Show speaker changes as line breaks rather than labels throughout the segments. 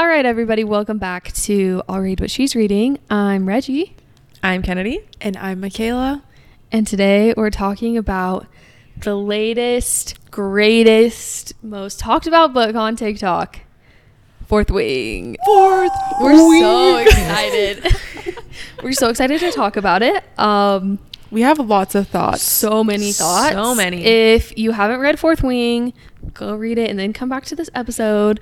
right, everybody, welcome back to I'll Read What She's Reading. I'm Reggie,
I'm Kennedy.
And I'm Michaela.
and today we're talking about the latest, greatest, most talked about book on TikTok Fourth Wing.
Fourth.
We're so excited. we're so excited to talk about it. Um,
We have lots of thoughts.
so many thoughts.
So many.
If you haven't read Fourth Wing, go read it and then come back to this episode.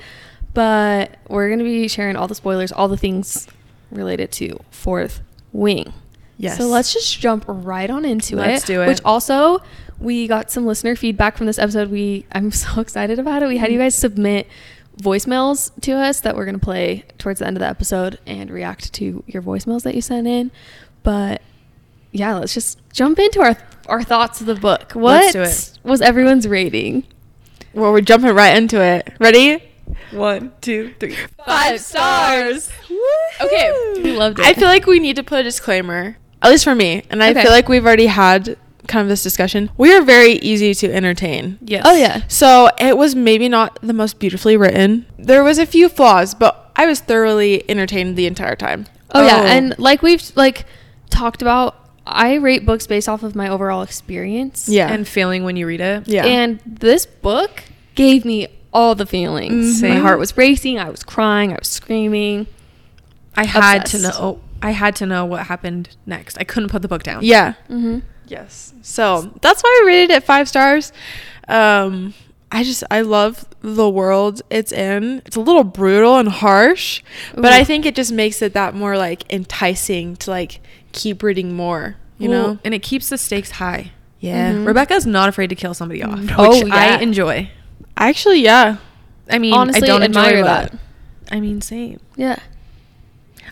But we're going to be sharing all the spoilers, all the things related to Fourth Wing.
Yes.
So let's just jump right on into it.
Let's do it.
Which also, we got some listener feedback from this episode. We I'm so excited about it. We had you guys submit voicemails to us that we're gonna play towards the end of the episode and react to your voicemails that you sent in. But yeah, let's just jump into our our thoughts of the book.
Let's
What
do it.
was everyone's rating?
well, we're jumping right into it. Ready?
One, two, three.
Five stars.
Okay.
We loved it.
I feel like we need to put a disclaimer, at least for me. And I
Okay.
feel like we've already had kind of this discussion. We are very easy to entertain.
Yes.
Oh yeah.
So it was maybe not the most beautifully written. There was a few flaws, but I was thoroughly entertained the entire time.
Oh, yeah,
Oh.
and like we've like talked about, I rate books based off of my overall experience.
Yeah.
And feeling when you read it.
Yeah.
And this book gave me all the feelings.
Mhm.
My heart was racing. I was crying. I was screaming.
I had to
Obsessed.
know. I had to know what happened next. I couldn't put the book down.
yeah.
Mm-hmm.
Yes. So that's why I rated it five stars. Um, I just I love the world it's in. It's a little brutal and harsh, but
Ooh.
I think it just makes it that more like enticing to like keep reading more. You know?
and it keeps the stakes high. Mm-hmm.
Yeah.
Mhm.
Rebecca's not afraid to kill somebody off, which
Oh, yeah.
I enjoy.
Actually, yeah.
I mean,
Honestly,
I don't
admire
enjoy
that.
that. I mean, same.
Yeah.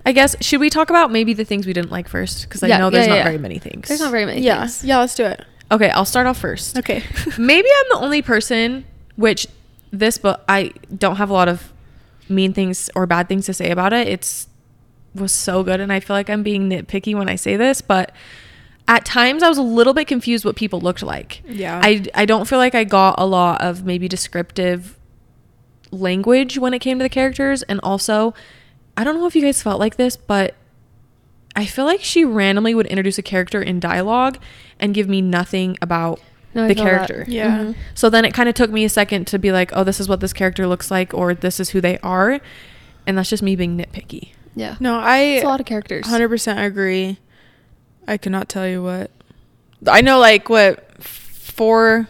I guess should we talk about maybe the things we didn't like first? Because I
Yeah,
know there's
yeah,
not
yeah.
very many things.
There's not very many.
yeah.
things.
Yeah, let's do it.
Okay, I'll start off first.
Okay.
maybe I'm the only person which this book I don't have a lot of mean things or bad things to say about it. It's was so good and I feel like I'm being nitpicky when I say this, but at times I was a little bit confused what people looked like.
Yeah.
I I don't feel like I got a lot of maybe descriptive language when it came to the characters and also I don't know if you guys felt like this, but I feel like she randomly would introduce a character in dialogue and give me nothing about
No, I
the
feel that.
character.
Yeah.
Mhm.
So then it kind of took me a second to be like, oh, this is what this character looks like, or this is who they are. And that's just me being nitpicky.
Yeah.
No, I
It's a lot of characters.
100% agree. I cannot tell you what. I know like what four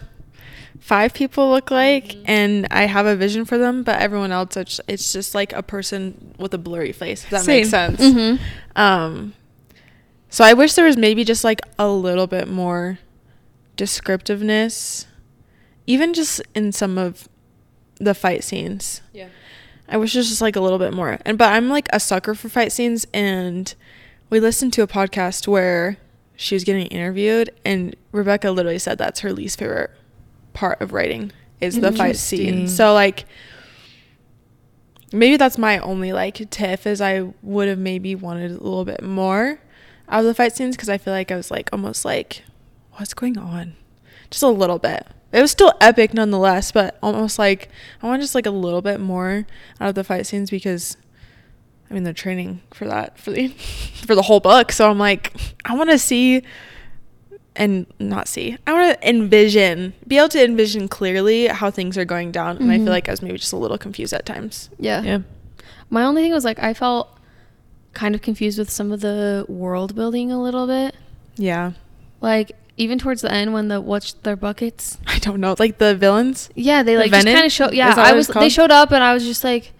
five people look like
Mm-hmm.
and I have a vision for them, but everyone else it's, it's just like a person with a blurry face. If that makes
Same.
sense.
Mhm.
Um so I wish there was maybe just like a little bit more descriptiveness even just in some of the fight scenes.
Yeah.
I wish there's just like a little bit more. And but I'm like a sucker for fight scenes and we listened to a podcast where she was getting interviewed and Rebecca literally said that's her least favorite part of writing is the fight
Interesting.
scene. So like maybe that's my only like tiff is I would have maybe wanted a little bit more out of the fight scenes because I feel like I was like almost like what's going on? Just a little bit. It was still epic nonetheless, but almost like I want just like a little bit more out of the fight scenes because I mean they're training for that for the for the whole book. So I'm like I want to see and not see. I want to envision, be able to envision clearly how things are going down. And I
Mhm.
feel like I was maybe just a little confused at times.
Yeah.
Yeah.
My only thing was like I felt kind of confused with some of the world building a little bit.
Yeah.
Like even towards the end when the what's their buckets
I don't know. Like the villains.
Yeah, they
The
like just
Venom?
kind of show.
Is
Yeah,
that
I
what
was.
it's
They
called?
showed up, and I was just like,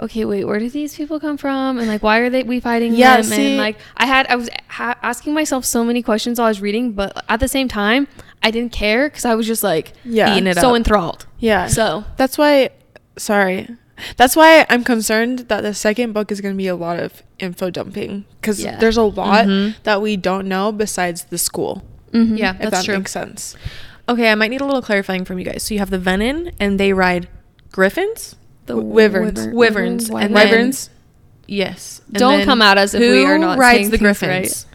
okay, wait, where did these people come from? And like, why are they we fighting
Yeah,
them? and
see-
like, I had I was ha- asking myself so many questions while I was reading, but at the same time, I didn't care because I was just like,
Yeah.
Eating it
so
up.
enthralled.
Yeah.
So
That's why, sorry. That's why I'm concerned that the second book is going to be a lot of info dumping because
Yeah.
there's a lot
Mhm.
that we don't know besides the school.
mhm.
Yeah,
if
that's
that
true.
makes sense.
Okay, I might need a little clarifying from you guys. So you have the Venom, and they ride griffins.
the
W- wyverns.
wyvern-
Wyverns.
wyvern-
And
wyvern.
Wyverns.
Yes. And
Don't
then
come at us if
who
we are not
rides
saying
the
things
griffins.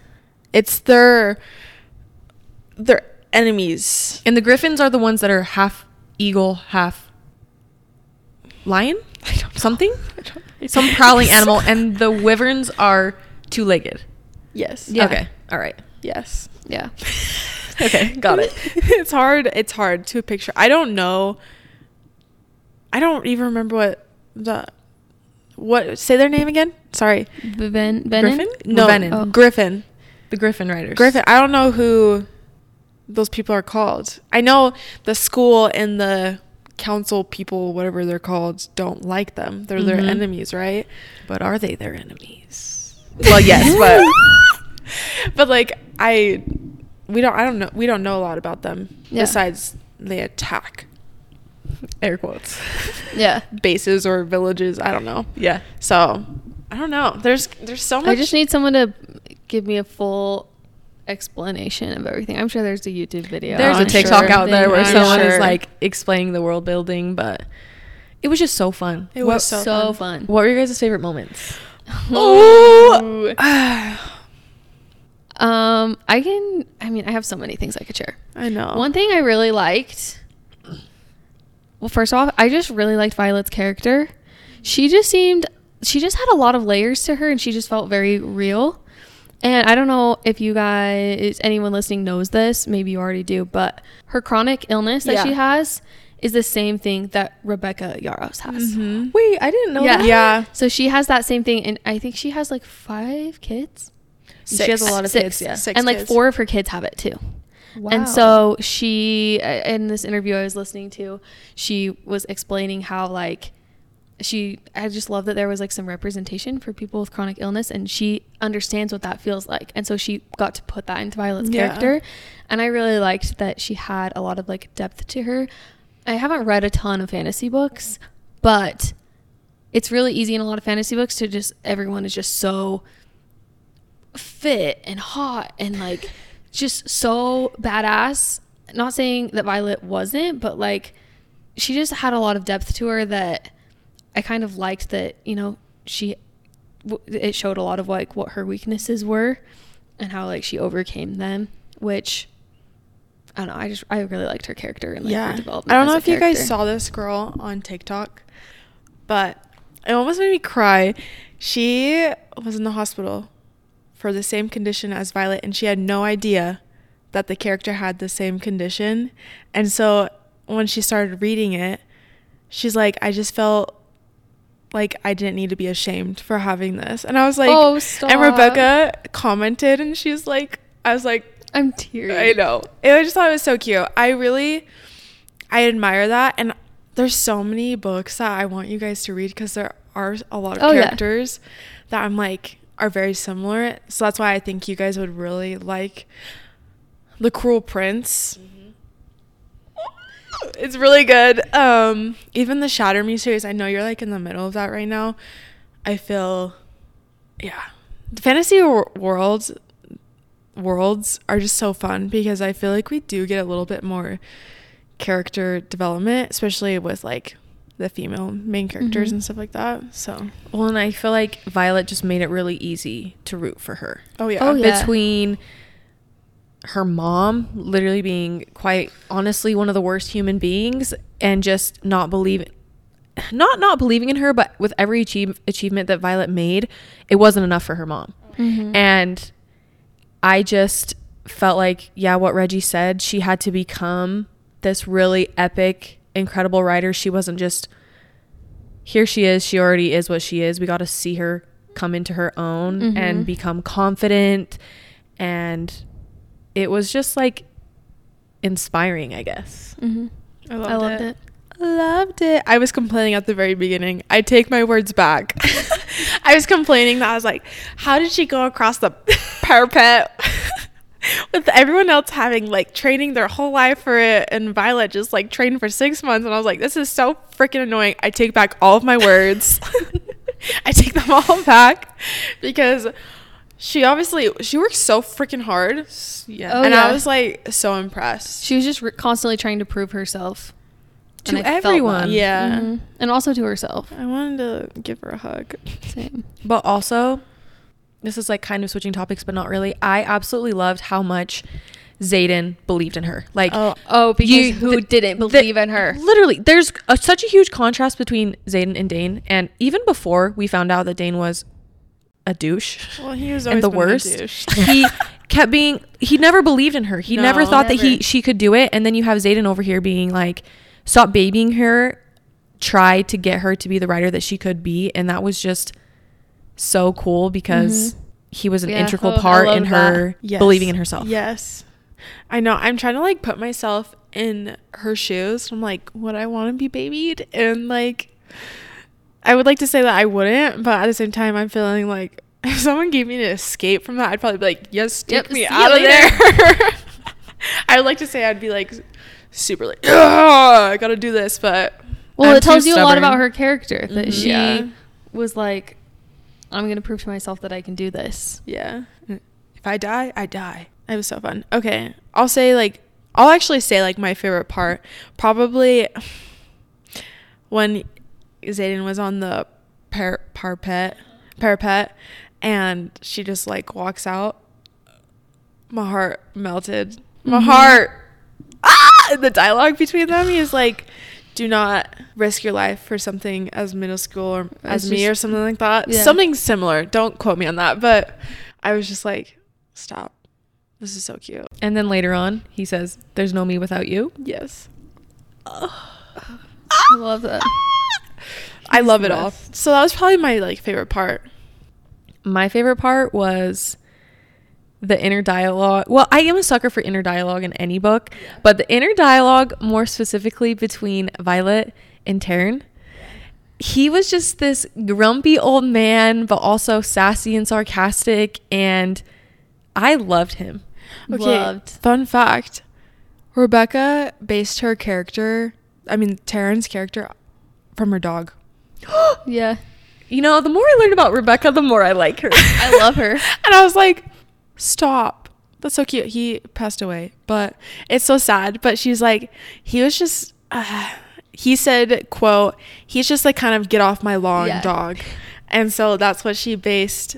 It's their their enemies.
And the griffins are the ones that are half eagle, half lion.
I don't know.
Something.
I don't-
Some prowling animal, and the wyverns are two legged.
Yes.
Yeah.
Okay. All right.
Yes.
Yeah.
Okay. Got it.
it's hard. It's hard to picture. I don't know. I don't even remember what the what say their name again. Sorry.
The Ven- Venom?
Griffin? No,
Venom.
Oh.
Griffin.
The Griffin Riders.
Griffin. I don't know who those people are called. I know the school and the council people, whatever they're called, don't like them. They're their
Mhm.
enemies, right?
But are they their enemies?
Well, yes, but but like I, we don't. I don't know. We don't know a lot about them
Yeah.
besides they attack
Air quotes.
Yeah.
bases or villages. I don't know.
Yeah.
So I don't know. There's there's so much.
I just need someone to give me a full explanation of everything. I'm sure there's a YouTube video.
There's
on
a
it.
TikTok
Sure.
out there where
I'm
someone
sure.
is like explaining the world building, but it was just so fun.
It
what,
was
so,
So
fun.
what were your guys' favorite moments?
Oh.
Um, I can. I mean, I have so many things I could share.
I know.
One thing I really liked. Well, first off, I just really liked Violet's character. She just seemed. She just had a lot of layers to her, and she just felt very real. And I don't know if you guys, anyone listening, knows this. Maybe you already do, but her chronic illness that
Yeah.
she has is the same thing that Rebecca Yaros has.
Mhm.
Wait, I didn't know
Yeah.
that.
Yeah.
So she has that same thing, and I think she has like five kids.
She has a lot of
Six.
kids, yeah.
Six
and like
kids.
four of her kids have it too.
Wow.
And so she, uh, in this interview I was listening to, she was explaining how like she, I just love that there was like some representation for people with chronic illness, and she understands what that feels like, and so she got to put that into Violet's
Yeah.
character, and I really liked that she had a lot of like depth to her. I haven't read a ton of fantasy books, but it's really easy in a lot of fantasy books to just everyone is just so fit and hot and like just so badass. Not saying that Violet wasn't, but like she just had a lot of depth to her that I kind of liked that, you know, she w- it showed a lot of like what her weaknesses were and how like she overcame them, which I don't know. I just I really liked her character and like her
yeah.
development.
I don't
as
know
a
if you guys
character.
saw this girl on TikTok, but it almost made me cry. She was in the hospital for the same condition as Violet, and she had no idea that the character had the same condition. And so when she started reading it, she's like, I just felt like I didn't need to be ashamed for having this. And I was like,
Oh, stop.
And Rebecca commented, and she's like, I was like,
I'm teary.
I know. It, I just thought it was so cute. I really, I admire that. And there's so many books that I want you guys to read because there are a lot of
Oh, yeah.
characters that I'm like are very similar. So that's why I think you guys would really like The Cruel Prince. It's really good. Um, even the Shatter Me series. I know you're like in the middle of that right now. I feel, yeah, the fantasy wor- worlds worlds are just so fun because I feel like we do get a little bit more character development, especially with like the female main characters
Mhm.
and stuff like that. So,
Well, and I feel like Violet just made it really easy to root for her.
oh yeah,
Oh, yeah.
Between her mom literally being quite honestly one of the worst human beings and just not believe not not believing in her, but with every achieve, achievement that Violet made, it wasn't enough for her mom.
Mm-hmm.
Mhm.
And I just felt like, yeah, what Reggie said, she had to become this really epic, incredible writer. She wasn't just here she is, she already is what she is. We got to see her come into her own
Mm-hmm.
Mhm.
and become confident. And it was just like inspiring, I guess.
Mhm.
I loved,
I loved it.
Loved it. I was complaining at the very beginning. I take my words back. I was complaining that I was like, how did she go across the parapet with everyone else having like training their whole life for it and Violet just like trained for six months? And I was like, this is so freaking annoying. I take back all of my words. I take them all back because she obviously she works so freaking hard. Yeah.
Oh,
and I
yeah.
was like so impressed.
She was just re- constantly trying to prove herself
To
I felt
everyone.
that.
Yeah.
Mhm. and also to herself.
I wanted to give her a hug.
Same.
But also, this is like kind of switching topics, but not really. I absolutely loved how much Zayden believed in her. Like
Oh.
Oh, because
you-
who
the-
didn't
the-
believe in her?
Literally, there's a, such a huge contrast between Zayden and Dane, and even before we found out that Dane was a douche.
Well, he was
and
always
the
been a
worst.
douche.
he kept being. He never believed in her. He never
No.
thought that he
Never.
she could do it. And then you have Zayden over here being like, "Stop babying her. Try to get her to be the writer that she could be." And that was just so cool because
Mm-hmm.
Mhm.
he was an
Yeah,
integral
I love- I
part in
love
her
Yes.
believing in herself.
Yes. I know. I'm trying to like put myself in her shoes. I'm like, would I want to be babied? And like, I would like to say that I wouldn't, but at the same time, I'm feeling like if someone gave me an escape from that, I'd probably be like, yes, take
Yep, see
me
you
out of
later.
there. I would like to say I'd be like super like, "Ugh, I gotta do this, but
Well,
I'm
it tells
too
you a lot
stubborn.
about her character that
Mhm.
she
Yeah.
was like, "I'm gonna prove to myself that I can do this."
Yeah. If I die, I die. It was so fun. Okay. I'll say like I'll actually say like my favorite part probably when Zayden was on the par- parpet parapet and she just like walks out. My heart melted. My
Mhm.
heart. Ah! The dialogue between them is like do not risk your life for something as middle school or as
It's
me
just-
or something like that.
Yeah.
Something similar. Don't quote me on that, but I was just like, stop. This is so cute.
And then later on, he says, "There's no me without you."
Yes.
I love that.
I
He's
love
the
it all.
best.
So that was probably my like favorite part.
My favorite part was the inner dialogue. Well, I am a sucker for inner dialogue in any book, but the inner dialogue, more specifically between Violet and Taryn, he was just this grumpy old man, but also sassy and sarcastic, and I loved him.
Okay.
Loved.
Fun fact. Rebecca based her character, I mean Taryn's character from her dog.
Yeah,
You know, the more I learn about Rebecca, the more I like her.
I love her.
and I was like, stop. That's so cute. He passed away, but it's so sad. But she's like, he was just, uh, he said, quote, he's just like kind of get off my lawn
Yeah.
dog. And so that's what she based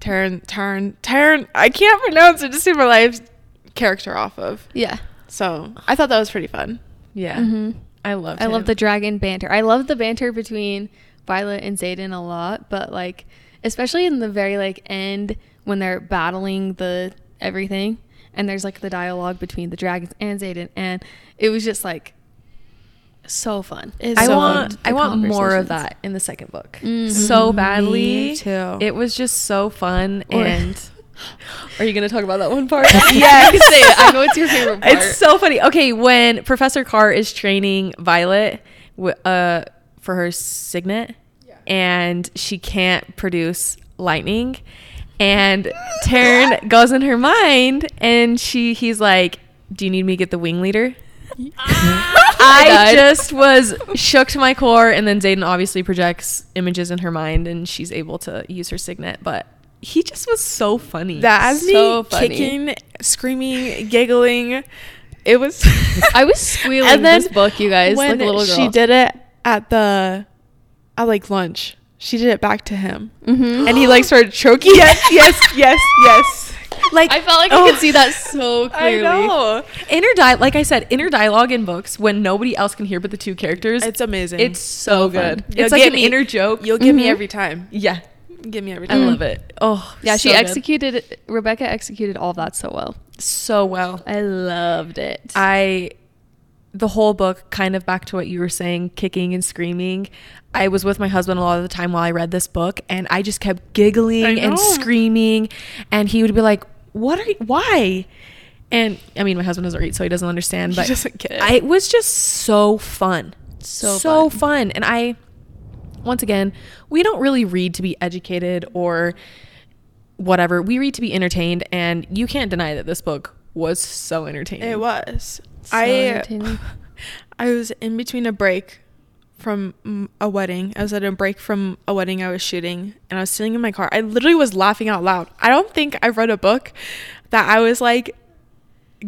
Taryn, Taryn, Taryn, I can't pronounce it, just in my life, character off of.
Yeah,
So I thought that was pretty fun.
Yeah,
Mhm.
I loved.
I love
him.
the dragon banter. I love the banter between Violet and Zayden a lot, but like, especially in the very like end when they're battling the everything, and there's like the dialogue between the dragons and Zayden, and it was just like so fun.
It's
I
so
want
fun.
I
The
want more of
conversations.
that in the second book.
Mhm.
So badly.
Me too.
It was just so fun
Or-
and Are you gonna talk about that one part?
Yeah, I can say it. I know it's your favorite part.
It's so funny. Okay, when Professor Carr is training Violet wi- uh for her signet and she can't produce lightning and Taryn goes in her mind and she he's like, Do you need me to get the wing leader? I
died.
just was shook to my core, and then Zayden obviously projects images in her mind, and she's able to use her signet. But he just was so funny.
That has
So
me
funny.
kicking, screaming, giggling. It was.
I was squealing
And
this book, you guys, like
when
a little
She
girl.
did it at the, at like lunch. She did it back to him,
Mhm.
and he like started choking. yes, yes, yes, yes. Like oh.
I felt like I could see that so clearly.
I know.
inner di- like I said, inner dialogue in books when nobody else can hear but the two characters.
It's amazing.
it's so good.
fun.
It's
You'll
like
get
an
me-
inner joke.
you'll get me
Mhm.
every time.
yeah,
Give me every
I
time.
love it. Oh,
Yeah, she
so good.
executed Rebecca executed all that so well.
so well.
I loved it.
I the whole book kind of back to what you were saying kicking and screaming i was with my husband a lot of the time while i read this book and i just kept
I
giggling
know.
and screaming and he would be like what are you why and i mean my husband doesn't read so he doesn't understand
He
but
doesn't get it.
I, it was just so fun
So
so
fun.
fun and i once again we don't really read to be educated or whatever we read to be entertained and you can't deny that this book was so entertaining
It was.
So
I
entertaining.
I was in between a break from mm, a wedding. I was at a break from a wedding I was shooting, and I was sitting in my car. I literally was laughing out loud. I don't think I've read a book that I was like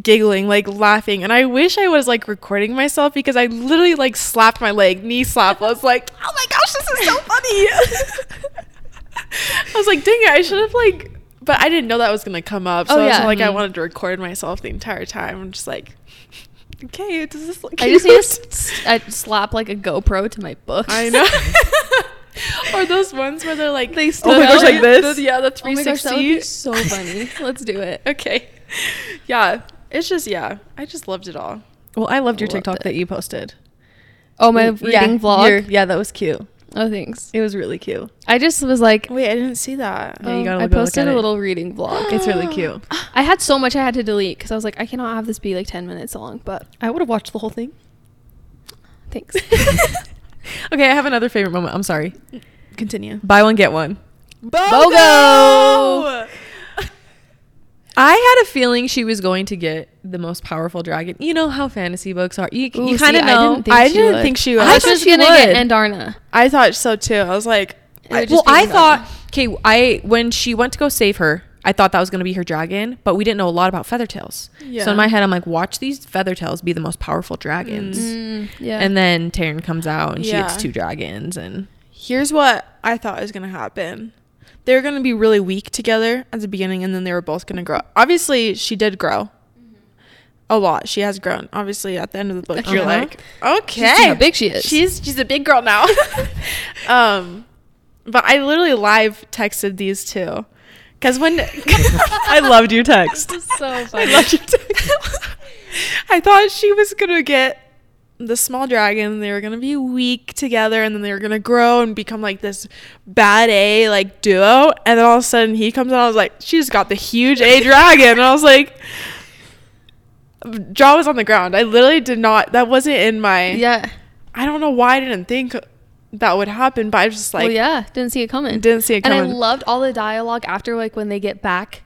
giggling, like laughing, and I wish I was like recording myself because I literally like slapped my leg, knee slap. I was like, oh my gosh, this is so funny. I was like, dang it, I should have like But I didn't know that was gonna come up, so
Oh,
I was
yeah.
like, I
Mhm.
wanted to record myself the entire time. I'm just like, okay, does this look?
I just need to
cute?"
s- s- I slap like a GoPro to my book.
I know. or those ones where they're like,
They
oh my gosh,
stood
like
out.
this? yeah, the
Oh my gosh,
360.
that would be so funny. Let's do it.
okay. Yeah, it's just yeah. I just loved it all.
Well, I loved your
Loved
TikTok
it.
that you posted.
Oh, my
Mm,
reading
yeah,
vlog.
your- yeah, that was cute.
Oh, thanks.
It was really cute.
I just was like,
Wait, I didn't see that.
Yeah, you
um,
gotta
I
go look
posted
at
a
it.
little reading vlog.
It's really cute.
I had so much I had to delete because I was like, I cannot have this be like 10 minutes long, but
I would have watched the whole thing.
thanks.
Okay, I have another favorite moment. I'm sorry.
Continue.
Buy one get one.
Bogo!
I had a feeling she was going to get the most powerful dragon. You know how fantasy books are. You,
Ooh,
you kind
see,
of
I
know.
didn't think
I
she
didn't
would.
think she would.
I
I
was
thought
just
she
gonna get
would.
Andarna.
I thought so too. I was like,
It would
I-
well,
just be
I
Andarna.
thought okay. I when she went to go save her, I thought that was going to be her dragon, but we didn't know a lot about feathertails. So
Yeah.
in my head, I'm like, watch these feathertails be the most powerful dragons.
Mm, yeah.
And then Taryn comes out and she
Yeah.
gets two dragons, and
here's what I thought was gonna happen. They were gonna be really weak together at the beginning, and then they were both gonna grow. Obviously, she did grow a lot. She has grown. Obviously, at the end of the book, you're
Uh-huh.
like,
She's seen
okay,
how big she is.
She's she's a big girl now. um, but I literally live texted these two because when I
loved your text.
This is so
I
funny.
love your text. I thought she was gonna get the small dragon. They were gonna be weak together, and then they were gonna grow and become like this bad A like duo. And then all of a sudden, he comes out. I was like, she just got the huge A dragon, and I was like, jaw was on the ground. I literally did not. That wasn't in my.
yeah.
I don't know why I didn't think that would happen, but I was just like,
well, yeah. Didn't see it coming.
Didn't see it
And I
coming.
loved all the dialogue after, like, when they get back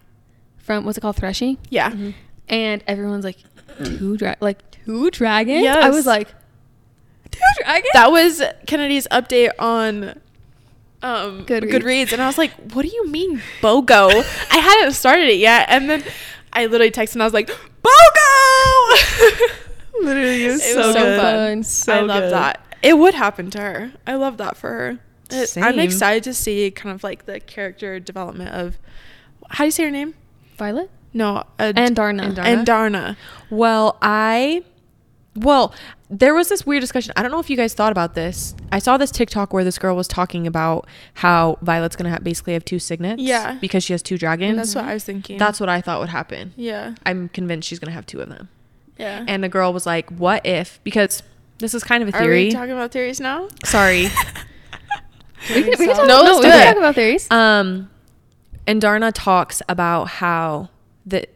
from what's it called? Threshing.
yeah.
And everyone's like, two dra- like two dragons? I
Yes.
was like, two dragons?
that was Kennedy's update on um,
Goodreads.
Goodreads. and I was like, "What do you mean BOGO?" I hadn't started it yet, and then I literally texted and I was like, "BOGO!"
Literally, it was
It was
so,
so
good.
fun.
So
I love
good.
that. It would happen to her. I love that for her. It- I'm
Same.
excited to see kind of like the character development of how do you say her name?
Violet?
No, uh,
And Darna.
And Darna.
And Darna.
Well, I well, there was this weird discussion. I don't know if you guys thought about this. I saw this TikTok where this girl was talking about how Violet's gonna have basically have two signets.
Yeah.
Because she has two dragons.
That's what I was thinking.
That's what I thought would happen.
yeah,
I'm convinced she's gonna have two of them.
yeah.
And the girl was like, "What if?" Because this is kind of a
Are we
theory.
talking about theories now?
Sorry.
We can, we can
So-
talk,
No,
no,
let's
we
do
can
it.
talk about theories.
Um, and Darna talks about how the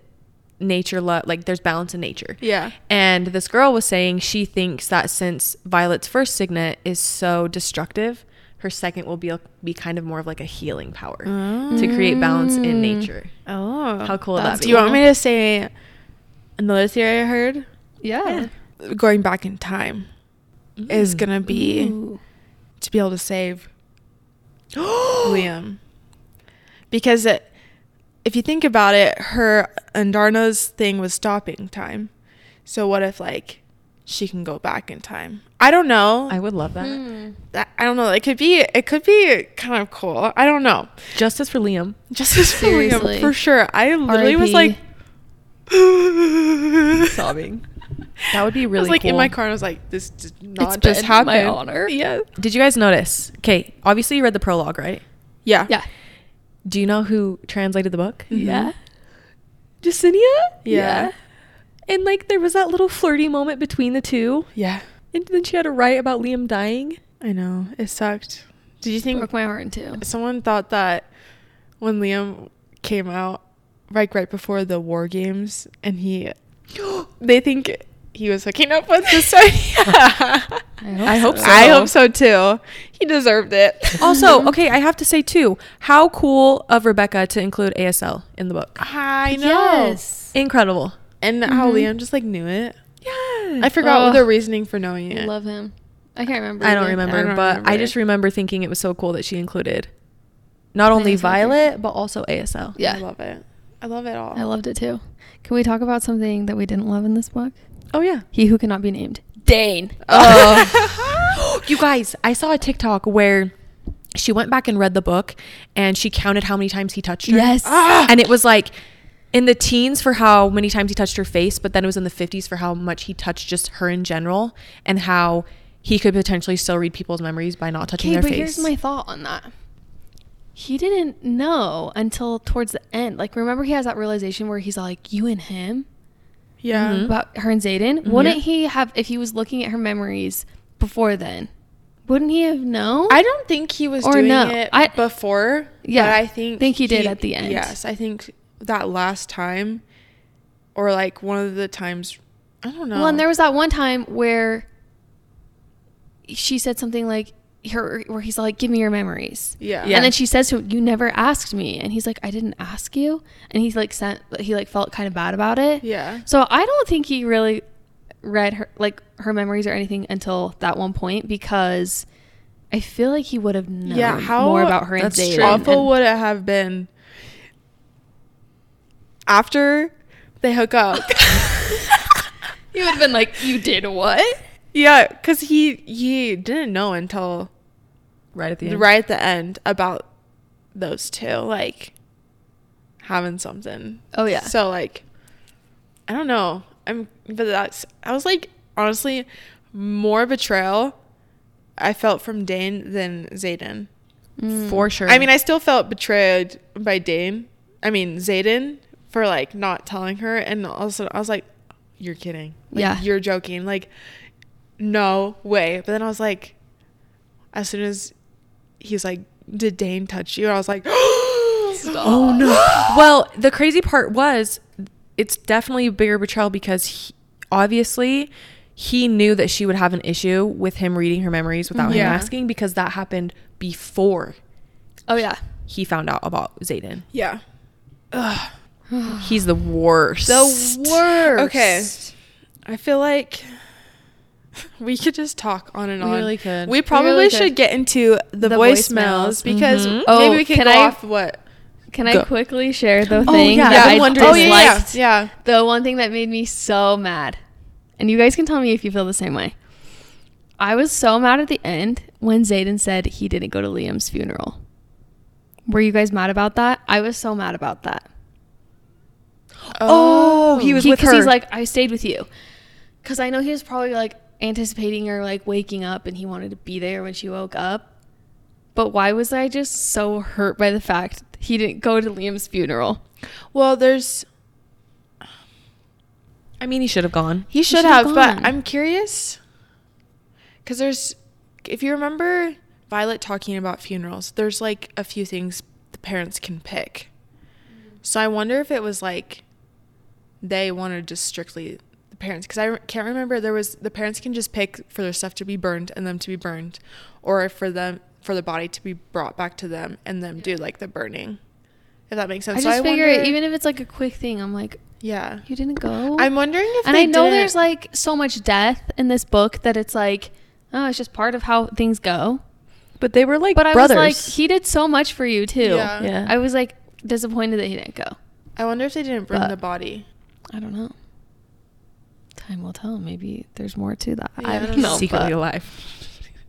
nature lo- like there's balance in nature.
Yeah.
And this girl was saying she thinks that since Violet's first signet is so destructive, her second will be be kind of more of like a healing power to create balance
Mm.
in nature.
Oh,
How cool would
That's
that
Do
be?
you want me to say another theory I heard?
yeah.
Going back in time is
Mm.
gonna be
Ooh.
to be able to save Liam because it, if you think about it, her and Darna's thing was stopping time. So what if like she can go back in time? I don't know.
I would love that.
Mm. Hmm.
That- I don't know. It could be. It could be kind of cool. I don't know.
Justice for Liam.
Justice for
Seriously.
Liam for sure. I literally was
R.I.P..
like sobbing.
That would be
I was
really
like in
cool.
my car and I was like, this did not
been
just
my
happened.
honor.
Yeah.
Did you guys notice? Okay, obviously you read the prologue, right?
Yeah.
Yeah.
Do you know who translated the book?
Mm-hmm.
Yeah.
Jacinia?
Yeah.
And like there was that little flirty moment between the two.
Yeah.
And then she had to write about Liam dying.
I know. It sucked. Did you think
Mm-hmm. Broke my heart in two.
someone thought that when Liam came out like right before the war games and he they think he was hooking up with this one.
I hope so.
I hope so too. He deserved it.
Oh,
Also, okay, I have to say too, how cool of Rebecca to include ASL in the book.
I know.
Yes. Mm-hmm.
Incredible.
And how Liam just like knew it.
Yeah.
I forgot
Mm. Ugh.
what their reasoning for knowing it.
Love him. I can't remember.
I don't
either.
remember,
I don't
but I
remember.
just remember thinking it was so cool that she included not only
ASL too.
Violet, but also ASL.
Yeah.
I love it. I love it all.
I loved it too. Can we talk about something that we didn't love in this book?
Oh, yeah.
He who cannot be named. Dane. Oh.
Oh. you guys, I saw a TikTok where she went back and read the book and she counted how many times he touched her.
Yes.
Ah!
And it was like in the teens for how many times he touched her face, but then it was in the 50s for how much he touched just her in general and how he could potentially still read people's memories by not touching
Okay,
their
but
face.
here's my thought on that. He didn't know until towards the end. Like, remember he has that realization where he's like, "You and him Mm-hmm.
Yeah.
Mhm.
about her and Zayden." Wouldn't he have if he was looking at her memories before then? Wouldn't he have known?
I don't think he was
Or
doing
no,
it
I-
before.
Yeah,
but I think
think he did at the end.
Yes, I think that last time, or like one of the times, I don't know.
Well, and there was that one time where she said something like her where he's like, "Give me your memories."
yeah,
Yeah.
And then she says to him, "You never asked me," and he's like, "I didn't ask you," and he's like sent he like felt kind of bad about it.
yeah,
So I don't think he really read her like her memories or anything until that one point because I feel like he would have known
yeah. How
more about her and
that's
Zayden.
true.
awful
and-
would it have been after they hook up?
he would have been like, "You did what?"
yeah, because he he didn't know until
right at the end.
right at the end about those two like having something.
Oh, yeah.
So like I don't know. I'm but that's I was like honestly more betrayal I felt from Dane than Zayden.
Mm.
For sure.
I mean, I still felt betrayed by Dane. I mean, Zayden for like not telling her and also I was like you're kidding. Like,
Yeah.
You're joking. Like no way. But then I was like as soon as he's like did Dane touch you? I was like
Oh no.
well, the crazy part was it's definitely a bigger betrayal because he, obviously he knew that she would have an issue with him reading her memories without him
Yeah.
asking because that happened before
Oh yeah.
he found out about Zayden.
Yeah. Ugh.
He's the worst.
The worst.
Okay. I feel like we could just talk on and
We
on.
really could.
We
We
probably
really
should
could.
get into the,
The
voicemails,
voicemails.
because
Mhm.
Oh,
maybe we could
can
go
I-
off what.
Can I
Go.
quickly share the
Oh,
thing
yeah,
that
the
I
one
disliked?
dislike.
Oh, yeah, yeah, yeah.
The one thing that made me so mad, and you guys can tell me if you feel the same way. I was so mad at the end when Zayden said he didn't go to Liam's funeral. Were you guys mad about that? I was so mad about that.
Oh, he was with her.
He's like, I stayed with you, because I know he was probably like anticipating her like waking up, and he wanted to be there when she woke up. But why was I just so hurt by the fact he didn't go to Liam's funeral?
Well, there's
I mean, he should have gone.
he should
should've
have, but
gone.
I'm curious because there's if you remember Violet talking about funerals, there's like a few things the parents can pick. So I wonder if it was like they wanted just strictly the parents because I re- can't remember there was the parents can just pick for their stuff to be burned and them to be burned or for them for the body to be brought back to them and them do like the burning. If that makes sense.
I
So
just figure,
wonder-
even if it's like a quick thing, I'm like,
yeah.
you didn't go.
I'm wondering if
and
they
I know
didn't-
there's like so much death in this book that it's like, oh, it's just part of how things go.
But they were like
But I
brothers.
was like, he did so much for you too.
Yeah.
Yeah.
I was like disappointed that he didn't go.
I wonder if they didn't bring
But-
the body.
I don't know. Time will tell. Maybe there's more to that.
Yeah,
I
I
don't
don't
know.
know.
secretly
but-
alive.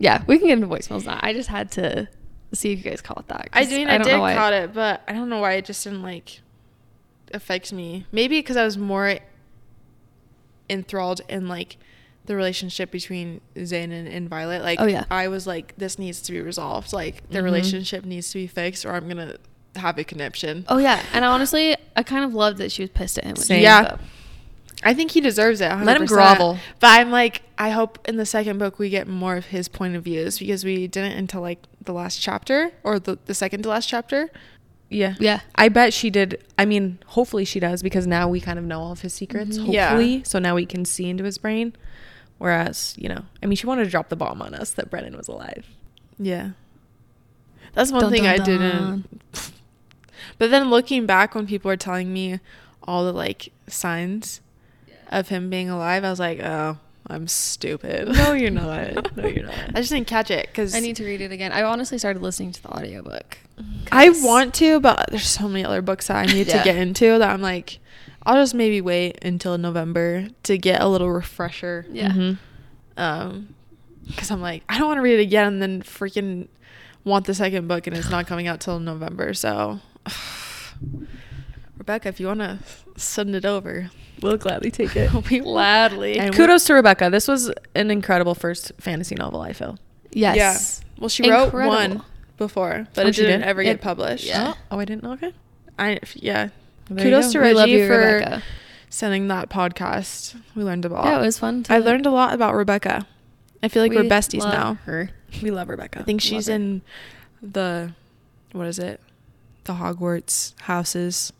Yeah, we can get into voicemails now. I just had to see if you guys caught that.
I
'cause
mean, I,
don't
did
know why-
caught it, but I don't know why it just didn't like affect me. Maybe because I was more enthralled in like the relationship between Zayn and Violet. Like,
Oh, yeah. Mm-hmm.
I was like, this needs to be resolved. Like, the
Mhm.
relationship needs to be fixed, or I'm gonna have a conniption.
Oh yeah, and I honestly, I kind of loved that she was pissed at him. when she
Same.
didn't
Yeah.
go.
I think he deserves it. 100%.
Let him grovel.
But I'm like, I hope in the second book we get more of his point of views because we didn't until like the last chapter or the, the second to last chapter.
Yeah.
Yeah.
I bet she did. I mean, hopefully she does because now we kind of know all of his secrets.
Mhm. Yeah.
Hopefully. So now we can see into his brain. Whereas, you know, I mean, she wanted to drop the bomb on us that Brennan was alive.
Yeah. That's one
Dun,
thing
dun,
I
dun.
didn't. But then looking back when people were telling me all the like signs of him being alive, I was like, oh, I'm stupid.
No, you're not. No, you're not.
I just didn't catch it because
I need to read it again. I honestly started listening to the audiobook.
I want to, but there's so many other books that I need
Yeah.
to get into that I'm like, I'll just maybe wait until November to get a little refresher.
Yeah.
Mhm.
Um, because I'm like, I don't want to read it again and then freaking want the second book and it's not coming out till November. So, Rebecca, if you want to send it over,
We'll gladly take
we gladly.
And Kudos to Rebecca. This was an incredible first fantasy novel, I feel.
Yes.
Yeah. Well, she wrote
Incredible.
one before, but
Oh,
it
she
didn't
did?
ever get
It-
published.
yeah.
Oh, I didn't know. Okay.
I yeah.
There you
Kudos
go.
to
We love
Reggie
you,
for
Rebecca.
sending that podcast. We learned a lot.
Yeah, it was fun. To
I learned a lot about Rebecca. I feel like we are
We
besties
love
now.
Her. We love Rebecca.
I think
Love
she's
her.
in the what is it? The Hogwarts houses.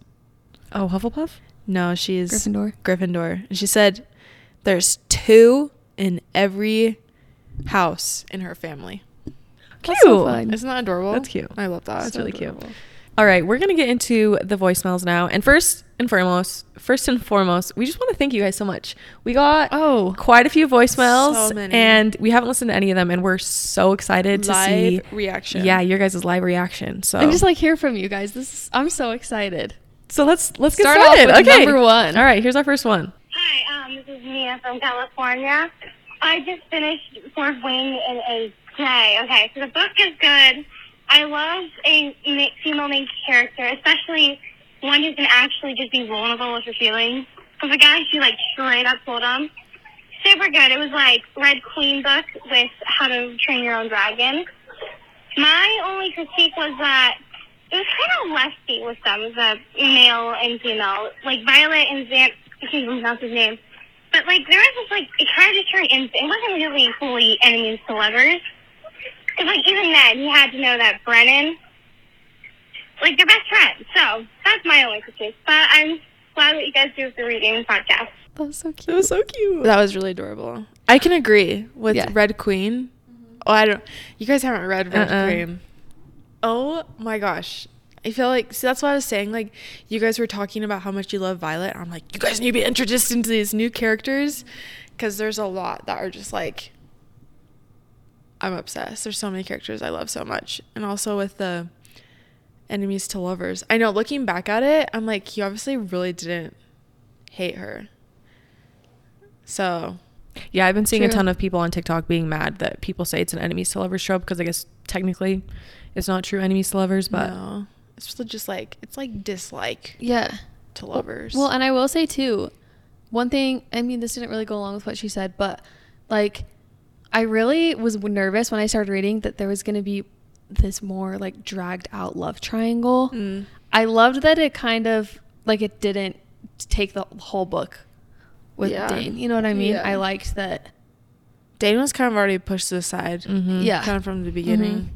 Oh, Hufflepuff?
No, she's
Gryffindor.
Gryffindor. And she said there's two in every house in her family.
That's so
Cute.
fun.
Isn't that adorable?
That's cute.
I love that.
That's
So
really cute.
adorable.
All right, we're gonna get into the voicemails now. And first and foremost, first and foremost, we just want to thank you guys so much. We got
Oh.
quite a few voicemails,
So many.
and we haven't listened to any of them, and we're so excited to
Live
see
reaction.
Yeah, your guys' live reaction. So
I'm just like hear from you guys. This is, I'm so excited.
so let's let's get
Start off
started.
with
okay,
number one.
All right, here's our first one.
Hi, um, this is Mia from California. I just finished Fourth Wing in a day. Okay, so the book is good. I love a ma- female main character, especially one who can actually just be vulnerable with her feelings. Because the guy, she like straight up told him. Super good. It was like Red Queen book with How to Train Your Own Dragon. My only critique was that it was kind of lefty with them, the male and female. Like Violet and Zan, I can't even pronounce his name. But like there was this like it kind of just turned into it wasn't really fully enemies to lovers. Cause like even then he had to know that Brennan, like they're best friends. So that's my only critique. But I'm glad that you guys do the reading podcast.
That was so cute.
That was so cute.
That was really adorable. I can agree with
Yeah.
Red Queen. Oh, I don't. You guys haven't read Red
Uh-uh.
Queen. Oh my gosh. I feel like see that's what I was saying. Like you guys were talking about how much you love Violet. I'm like, you guys need to be introduced into these new characters because there's a lot that are just like I'm obsessed. There's so many characters I love so much, and also with the enemies to lovers. I know. Looking back at it, I'm like, you obviously really didn't hate her. So
Yeah, I've been seeing a
True.
ton of people on TikTok being mad that people say it's an enemies to lovers trope because I guess technically it's not true enemies to lovers, but
no, it's really just like it's like dislike
Yeah.
to lovers.
Well, and I will say too, one thing, I mean, this didn't really go along with what she said, but like, I really was nervous when I started reading that there was going to be this more like dragged out love triangle.
Mm.
I loved that it kind of like it didn't take the whole book with
Yeah.
Dane. You know what I mean?
Yeah.
I liked that.
Dane was kind of already pushed to the side,
Mhm.
Yeah.
kind of from the beginning.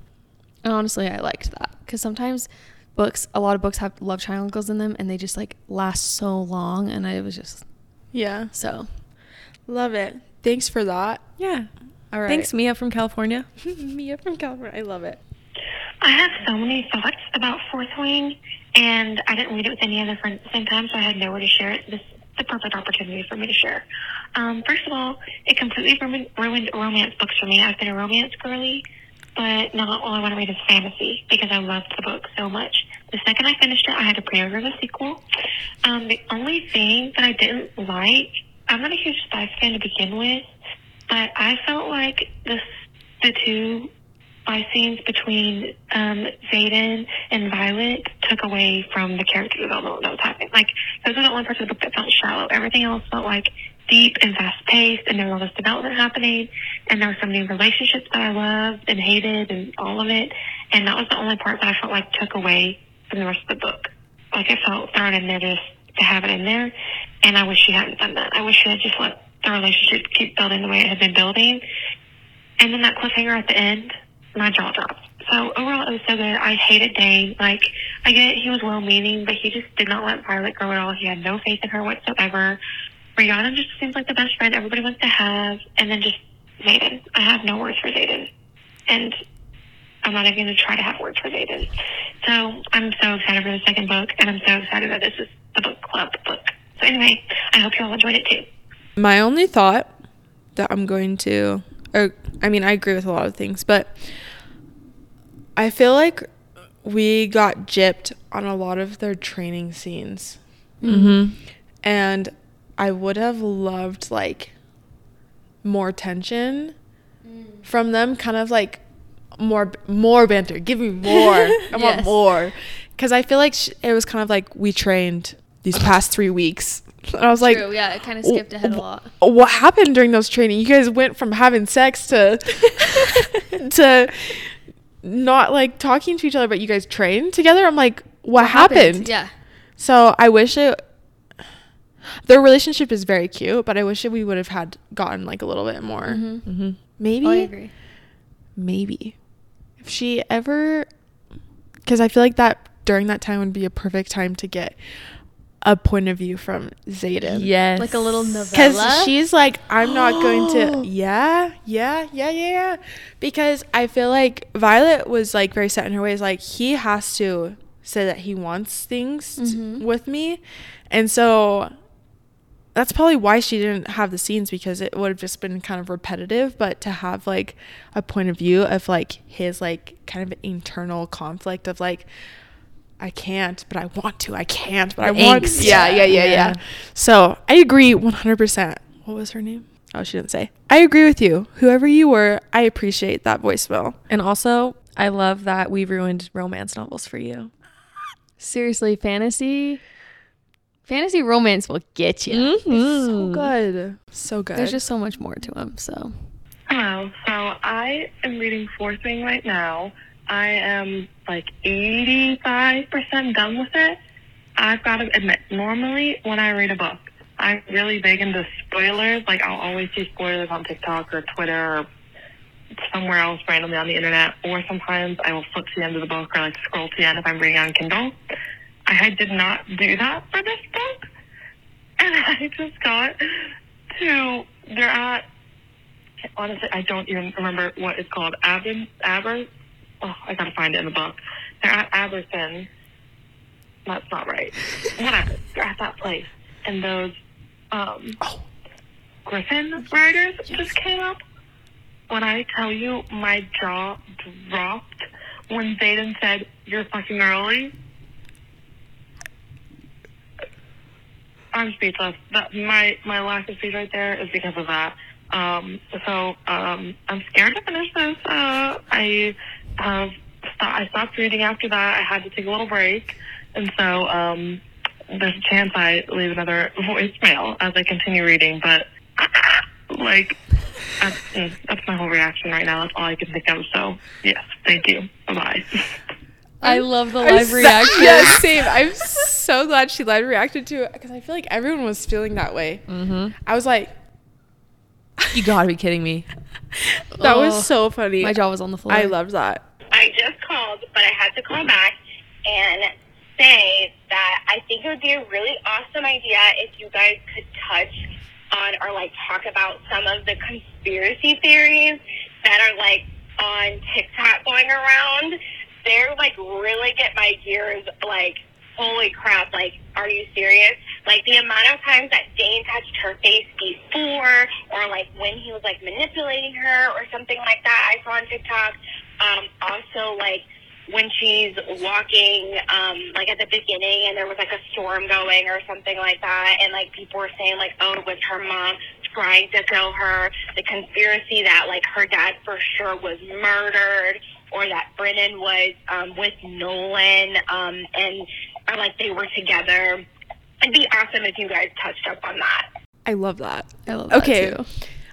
And honestly, I liked that because sometimes books, a lot of books have love triangles in them and they just like last so long. And I was just
Yeah,
so.
love it. Thanks for that.
yeah.
All right,
Thanks, Mia from California.
Mia from California. I love it.
I have so many thoughts about Fourth Wing, and I didn't read it with any other friends at the same time, so I had nowhere to share it. This is the perfect opportunity for me to share. Um, first of all, it completely ruined, ruined romance books for me. I've been a romance girly, but not all I want to read is fantasy because I loved the book so much. The second I finished it, I had to pre-order the sequel. Um, the only thing that I didn't like, I'm not a huge Spice fan to begin with, but I felt like the the two my scenes between um, Zayden and Violet took away from the character development that was happening. Like, those are the only parts of the book that felt shallow. Everything else felt like deep and fast paced, and there was all this development happening, and there were so many relationships that I loved and hated, and all of it. And that was the only part that I felt like took away from the rest of the book. Like, it felt thrown in there just to have it in there, and I wish she hadn't done that. I wish she had just let the relationship keep building the way it had been building and then that cliffhanger at the end, my jaw dropped. So overall, it was so good. I hated Dane. Like, I get he was well meaning, but he just did not let Violet grow at all. He had no faith in her whatsoever. Rihanna just seems like the best friend everybody wants to have, and then just Zayden. I have no words for Zayden. And I'm not even going to try to have words for Zayden. So I'm so excited for the second book, and I'm so excited that this is the book club book. So anyway, I hope you all enjoyed it too.
My only thought that I'm going to, or I mean, I agree with a lot of things, but I feel like we got gypped on a lot of their training scenes.
Mm-hmm.
and I would have loved
Mm.
like more tension from them, kind of like more more banter. Give me more. I want
Yes.
more. Because I feel like sh- it was kind of like we trained these past three weeks. And I was like,
True, yeah, it kind of
w-
skipped ahead a lot.
w- What happened during those training? You guys went from having sex to to not like talking to each other, but you guys trained together. I'm like, what, happened?
Yeah.
So I wish it. Their relationship is very cute, but I wish that we would have had gotten like a little bit more. Maybe
Oh, I agree.
maybe if she ever because i feel like that during that time would be a perfect time to get a point of view from zayden
Yes.
Like a little
because
novella.
she's like i'm not going to yeah yeah yeah yeah yeah because i feel like violet was like very set in her ways like he has to say that he wants things t-
Mm-hmm.
with me and so that's probably why she didn't have the scenes because it would have just been kind of repetitive but to have like a point of view of like his like kind of internal conflict of like I can't, but I want to. I can't, but I want.
angst.
to. Yeah, yeah, yeah, yeah,
Yeah.
So I agree 100%. What was her name? Oh, she didn't say. I agree with you. Whoever you were, I appreciate that voicemail.
and also, I love that we ruined romance novels for you.
Seriously, fantasy, fantasy romance will get you. Mm-hmm.
So good. So good.
There's just so much more to them. So
Hello. So I am reading Fourth Wing right now. I am like 85% done with it. I've got to admit, normally when I read a book, I'm really big into spoilers. Like I'll always see spoilers on TikTok or Twitter or somewhere else randomly on the internet. Or sometimes I will flip to the end of the book or like scroll to the end if I'm reading on Kindle. I did not do that for this book. And I just got to, they're at honestly, I don't even remember what it's called. Aber, Aber. Oh, I gotta find it in the book. They're at Aberson. That's not right. Whatever. They're at that place, and those um, Griffin riders just came up. When I tell you, my jaw dropped when Zayden said, "You're fucking early." I'm speechless. That, my my lack of speech right there is because of that. Um, so um, I'm scared to finish this. Uh, I have sto- I stopped reading after that. I had to take a little break, and so um, there's a chance I leave another voicemail as I continue reading. But like that's, mm, that's my whole reaction right now. That's all I can think of. So yes, thank you. Bye bye.
I love the
I'm
live
so-
reaction.
Yeah, same. I'm so glad she live reacted to it because I feel like everyone was feeling that way. Mm-hmm. I was like,
You gotta be kidding me.
that
Oh,
was so funny.
My jaw was on the floor.
I loved that.
I just called, but I had to call back and say that I think it would be a really awesome idea if you guys could touch on or like talk about some of the conspiracy theories that are like on TikTok going around. They're like really get my gears like holy crap, like, are you serious? Like, the amount of times that Dane touched her face before, or like when he was like manipulating her, or something like that, I saw on TikTok. Um, also, like, when she's walking, um, like at the beginning, and there was like a storm going or something like that, and like people were saying like, "Oh, it was her mom trying to kill her?" The conspiracy that like her dad for sure was murdered, or that Brennan was um, with Nolan, um, and or like they were together. It'd be awesome if you guys touched up on that.
I love that.
I love that
okay.
too.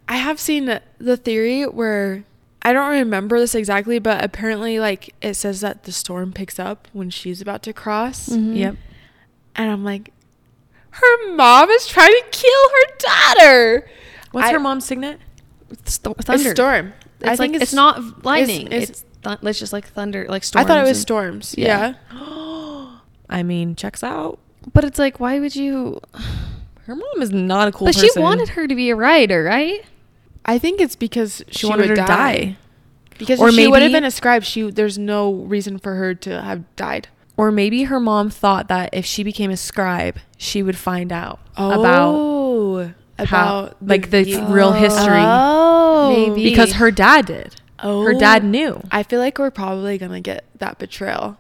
I have seen the theory where I don't remember this exactly, but apparently, like, it says that the storm picks up when she's about to cross.
Yep.
And I'm like, her mom is trying to kill her daughter.
What's
I-
her mom's signet?
It's th- thunder.
It's storm.
It's like, it's, not lightning.
it's-
It's,
it's-
th- it's just like thunder, like
I
storms.
thought it was
and-
storms.
Yeah.
yeah.
I mean, checks out.
But it's like, why would you?
Her mom is not a cool
but
person.
she wanted her to be a writer, right?
I think it's because she,
She, wanted
would
her to
die.
die.
Because
Or
if she would have
maybe-
been a scribe, she there's no reason for her to have died.
Or maybe her mom thought that if she became a scribe, she would find out about
Oh,
how,
about
like the real history
Oh,
Maybe.
because her dad did.
Oh.
Her dad knew.
I feel like we're probably gonna get that betrayal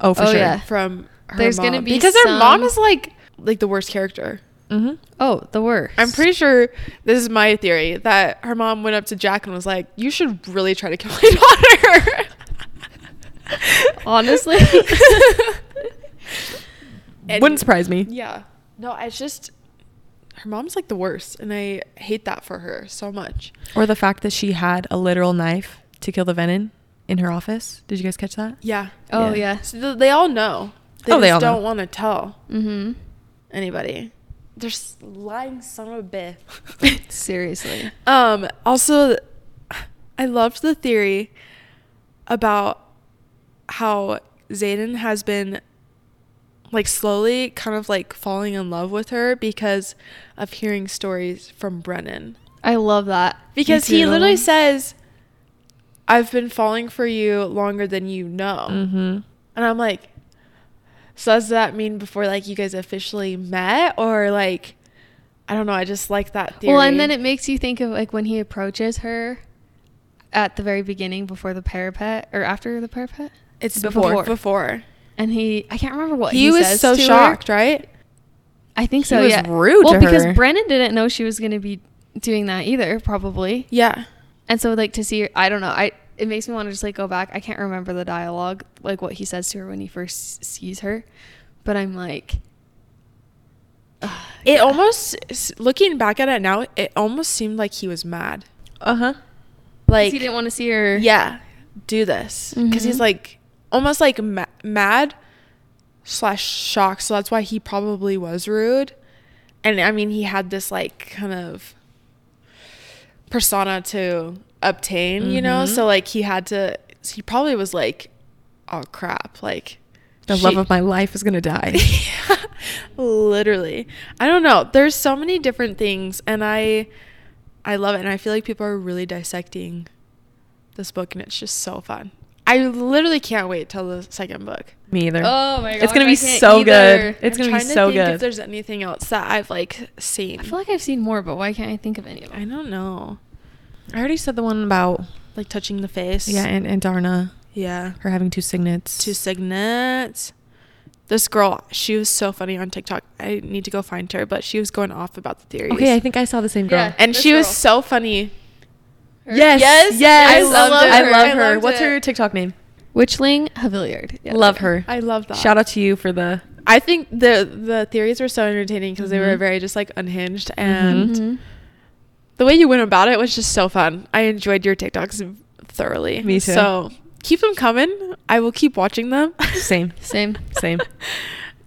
Oh, for
Oh,
sure.
yeah.
from her
There's
mom.
gonna be
because her mom
some-
is like like the worst character.
Mm-hmm.
Oh, the worst.
I'm pretty sure this is my theory that her mom went up to Jack and was like, "You should really try to kill my daughter."
Honestly.
And-
Wouldn't surprise me.
Yeah. No, it's just her mom's like the worst, and I hate that for her so much.
Or the fact that she had a literal knife to kill the venom in her office. Did you guys catch that?
Yeah.
Oh
Yeah.
yeah.
So th- they all know. They
Oh,
just
they all know.
don't want to tell
Mm-hmm.
anybody. They're s- lying son of a bitch.
Seriously.
Um, also, I loved the theory about how Zayden has been like slowly kind of like falling in love with her because of hearing stories from Brennan.
I love that.
Because he
too.
literally says, I've been falling for you longer than you know.
Mm-hmm.
And I'm like, so does that mean before like you guys officially met or like, I don't know. I just like that theory.
Well, and then it makes you think of like when he approaches her at the very beginning before the parapet or after the parapet.
it's
before.
before before.
And he I can't remember what
he,
he,
was
says
so
to her.
shocked, right?
I think so.
was
yeah.
rude
Well,
to
because
her.
Brennan didn't know she was going to be doing that either, probably.
Yeah.
And so, like to see, her, I don't know. I it makes me want to just like go back. I can't remember the dialogue, like what he says to her when he first sees her, but I'm like, ugh,
It
yeah.
almost s- looking back at it now, it almost seemed like he was mad.
Uh huh.
'Cause
Like
he didn't want to see her.
yeah, do this because
Mhm.
Mm-hmm.
he's like almost like ma- mad slash shocked. So that's why he probably was rude. And I mean, he had this like kind of persona to obtain, you know.
Mm-hmm.
So like he had to. He probably was like, "Oh crap!" Like
The
she-
love of my life is gonna die.
literally i don't know there's so many different things and i i love it and i feel like people are really dissecting this book and it's just so fun i literally can't wait till the second book
me either.
Oh my god.
it's gonna
I
be
can't
so
either.
good. It's
I'm
gonna be
trying to
so
think if
good.
there's anything else that i've like seen
I feel like I've seen more, but why can't I think of any of
i
them?
don't know
I already said the one about
like touching the face
yeah, and, and Darna,
yeah
her having two signets.
two signets. This girl, she was so funny on TikTok. I need to go find her, but she was going off about the theories.
Okay, I think I saw the same girl.
Yeah.
and
This
she was
girl.
so funny.
Her-
Yes,
yes.
I loved it.
I
I
love her.
loved
What's
it.
her TikTok name?
Witchling Haviliard. Yeah.
love her.
I love that.
Shout out to you for the
I think the the theories were so entertaining because they were
Mhm.
very just like unhinged, and
Mhm.
the way you went about it was just so fun. I enjoyed your TikToks thoroughly.
Me too.
So keep them coming. I will keep watching them.
same.
Same.
Same.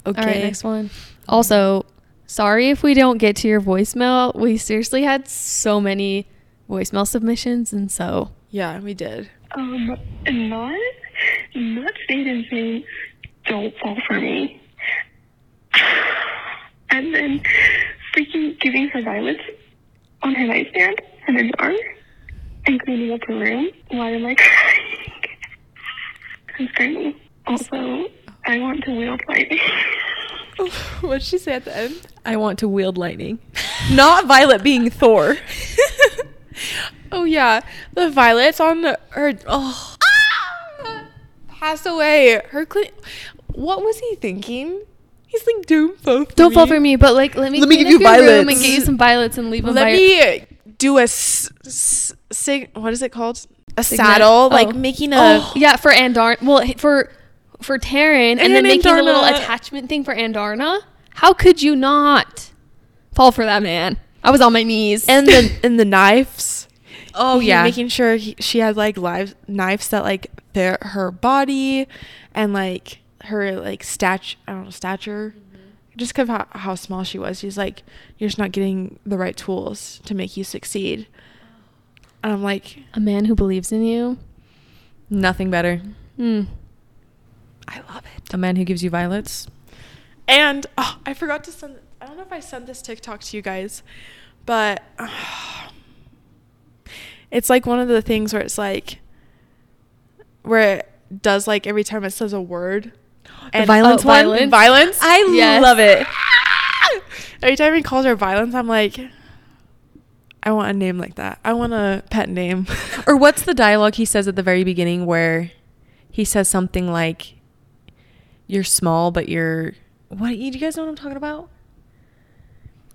Okay.
All right, next one. Also, sorry if we don't get to your voicemail. We seriously had so many voicemail submissions, and so
Yeah, we did.
Um, not, not Satan's saying, don't fall for me. And then freaking giving her violets on her nightstand and a jar and cleaning up her room. Why am I crying? I'm screaming. Also, I want to wield lightning.
what did she say at the end?
I want to wield lightning. Not Violet being Thor.
oh yeah, the violets on the- her. Oh, Ah! passed away. Her. Cle- what was he thinking? He's like, don't fall for
don't
me.
fall for me. But like, let me
Let me
clean
give
up
you
your room
violets.
and get you some violets and leave them.
Let
by
me do a s- s- sig- what is it called? A
Signet.
saddle,
Oh.
like making a.
Oh, yeah, for Andarn. Well, h- for for Taryn, and, then
And
making a little
Andarna.
attachment thing for Andarna. How could you not fall for that man? I was on my knees.
And the and the knives.
Oh
He-
yeah.
making sure he, she had like live knives that like fit her body, and like her like stature. I don't know stature.
Mm-hmm.
Just because how, how small she was, she's like, you're just not getting the right tools to make you succeed. And I'm like,
a man who believes in you.
Nothing better.
Hmm.
I love it.
A man who gives you violets.
And oh, I forgot to send. I don't know if I sent this TikTok to you guys, but it's like one of the things where it's like where it does like every time it says a word. oh,
violence one?
Violence.
I
Yes.
love it.
every time he calls her violence, I'm like, I want a name like that. I want a pet name.
Or what's the dialogue he says at the very beginning where he says something like you're small but you're what you you guys know what I'm talking about?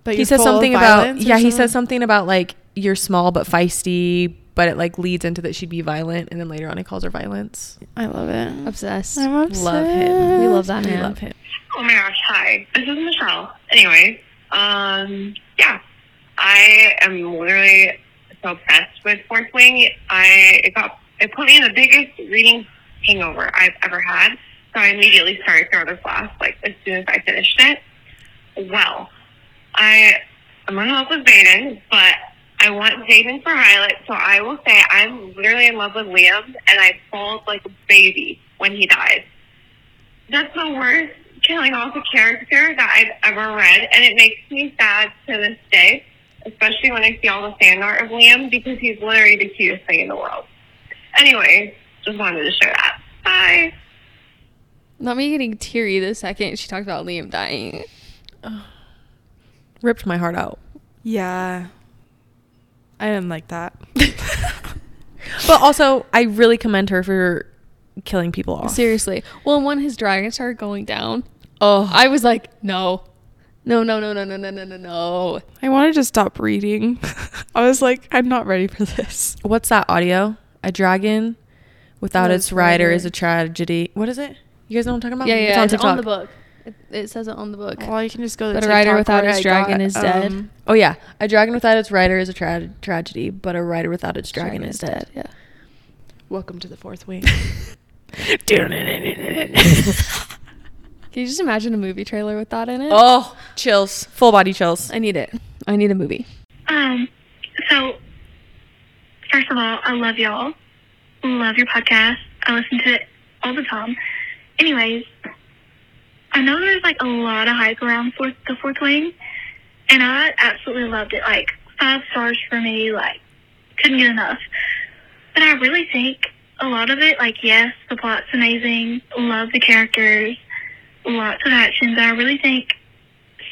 That
he
you're
says
full of
something about
violence or
yeah he
something?
says something about like you're small but feisty but it like leads into that she'd be violent and then later on he calls her violence
I love it.
Obsessed.
I'm obsessed.
Love him.
We love that
we
man.
love him
Oh my gosh, hi. This is Michelle. Anyway, um, yeah, I am literally so obsessed with Fourth Wing. I it got it put me in the biggest reading hangover I've ever had. So I immediately started Northern Class like as soon as I finished it. Well, I am in love with Zayden, but I want Zayden for Violet, so I will say I'm literally in love with Liam, and I bawled like a baby when he died that's the worst killing off a character that I've ever read, and it makes me sad to this day, especially when I see all the fan art of Liam because he's literally the cutest thing in the world. Anyway, just wanted to share that. Bye.
Not me getting teary the second she talked about Liam dying.
ripped my heart out
Yeah. I didn't like that.
but also i really commend her for killing people off
Seriously. Well, when his dragon started going down,
oh
I was like, no. No, no, no, no, no, no, no, no, no.
I wanted to stop reading. I was like, I'm not ready for this.
what's that audio a dragon without
Without
its rider
rider.
is a tragedy what is it you guys know what i'm talking about
Yeah, yeah,
it's on TikTok.
the book. It, it says it on the book.
Well, you can just go. To
But a
TikTok
rider without
where
his
I
dragon
got,
is dead.
um,
oh yeah a dragon without its rider is a tra- tragedy but a rider without its dragon, is dead.
Yeah.
Welcome to the fourth wing.
Can you just imagine a movie trailer with that in it?
oh chills full body chills
I need it. I need a movie.
Um, so first of all, I love y'all. Love your podcast. I listen to it all the time. Anyways, I know there's like a lot of hype around fourth, the Fourth Wing, and I absolutely loved it. Like five stars for me. Like couldn't get enough. But I really think a lot of it, like yes, the plot's amazing. Love the characters. Lots of actions. I really think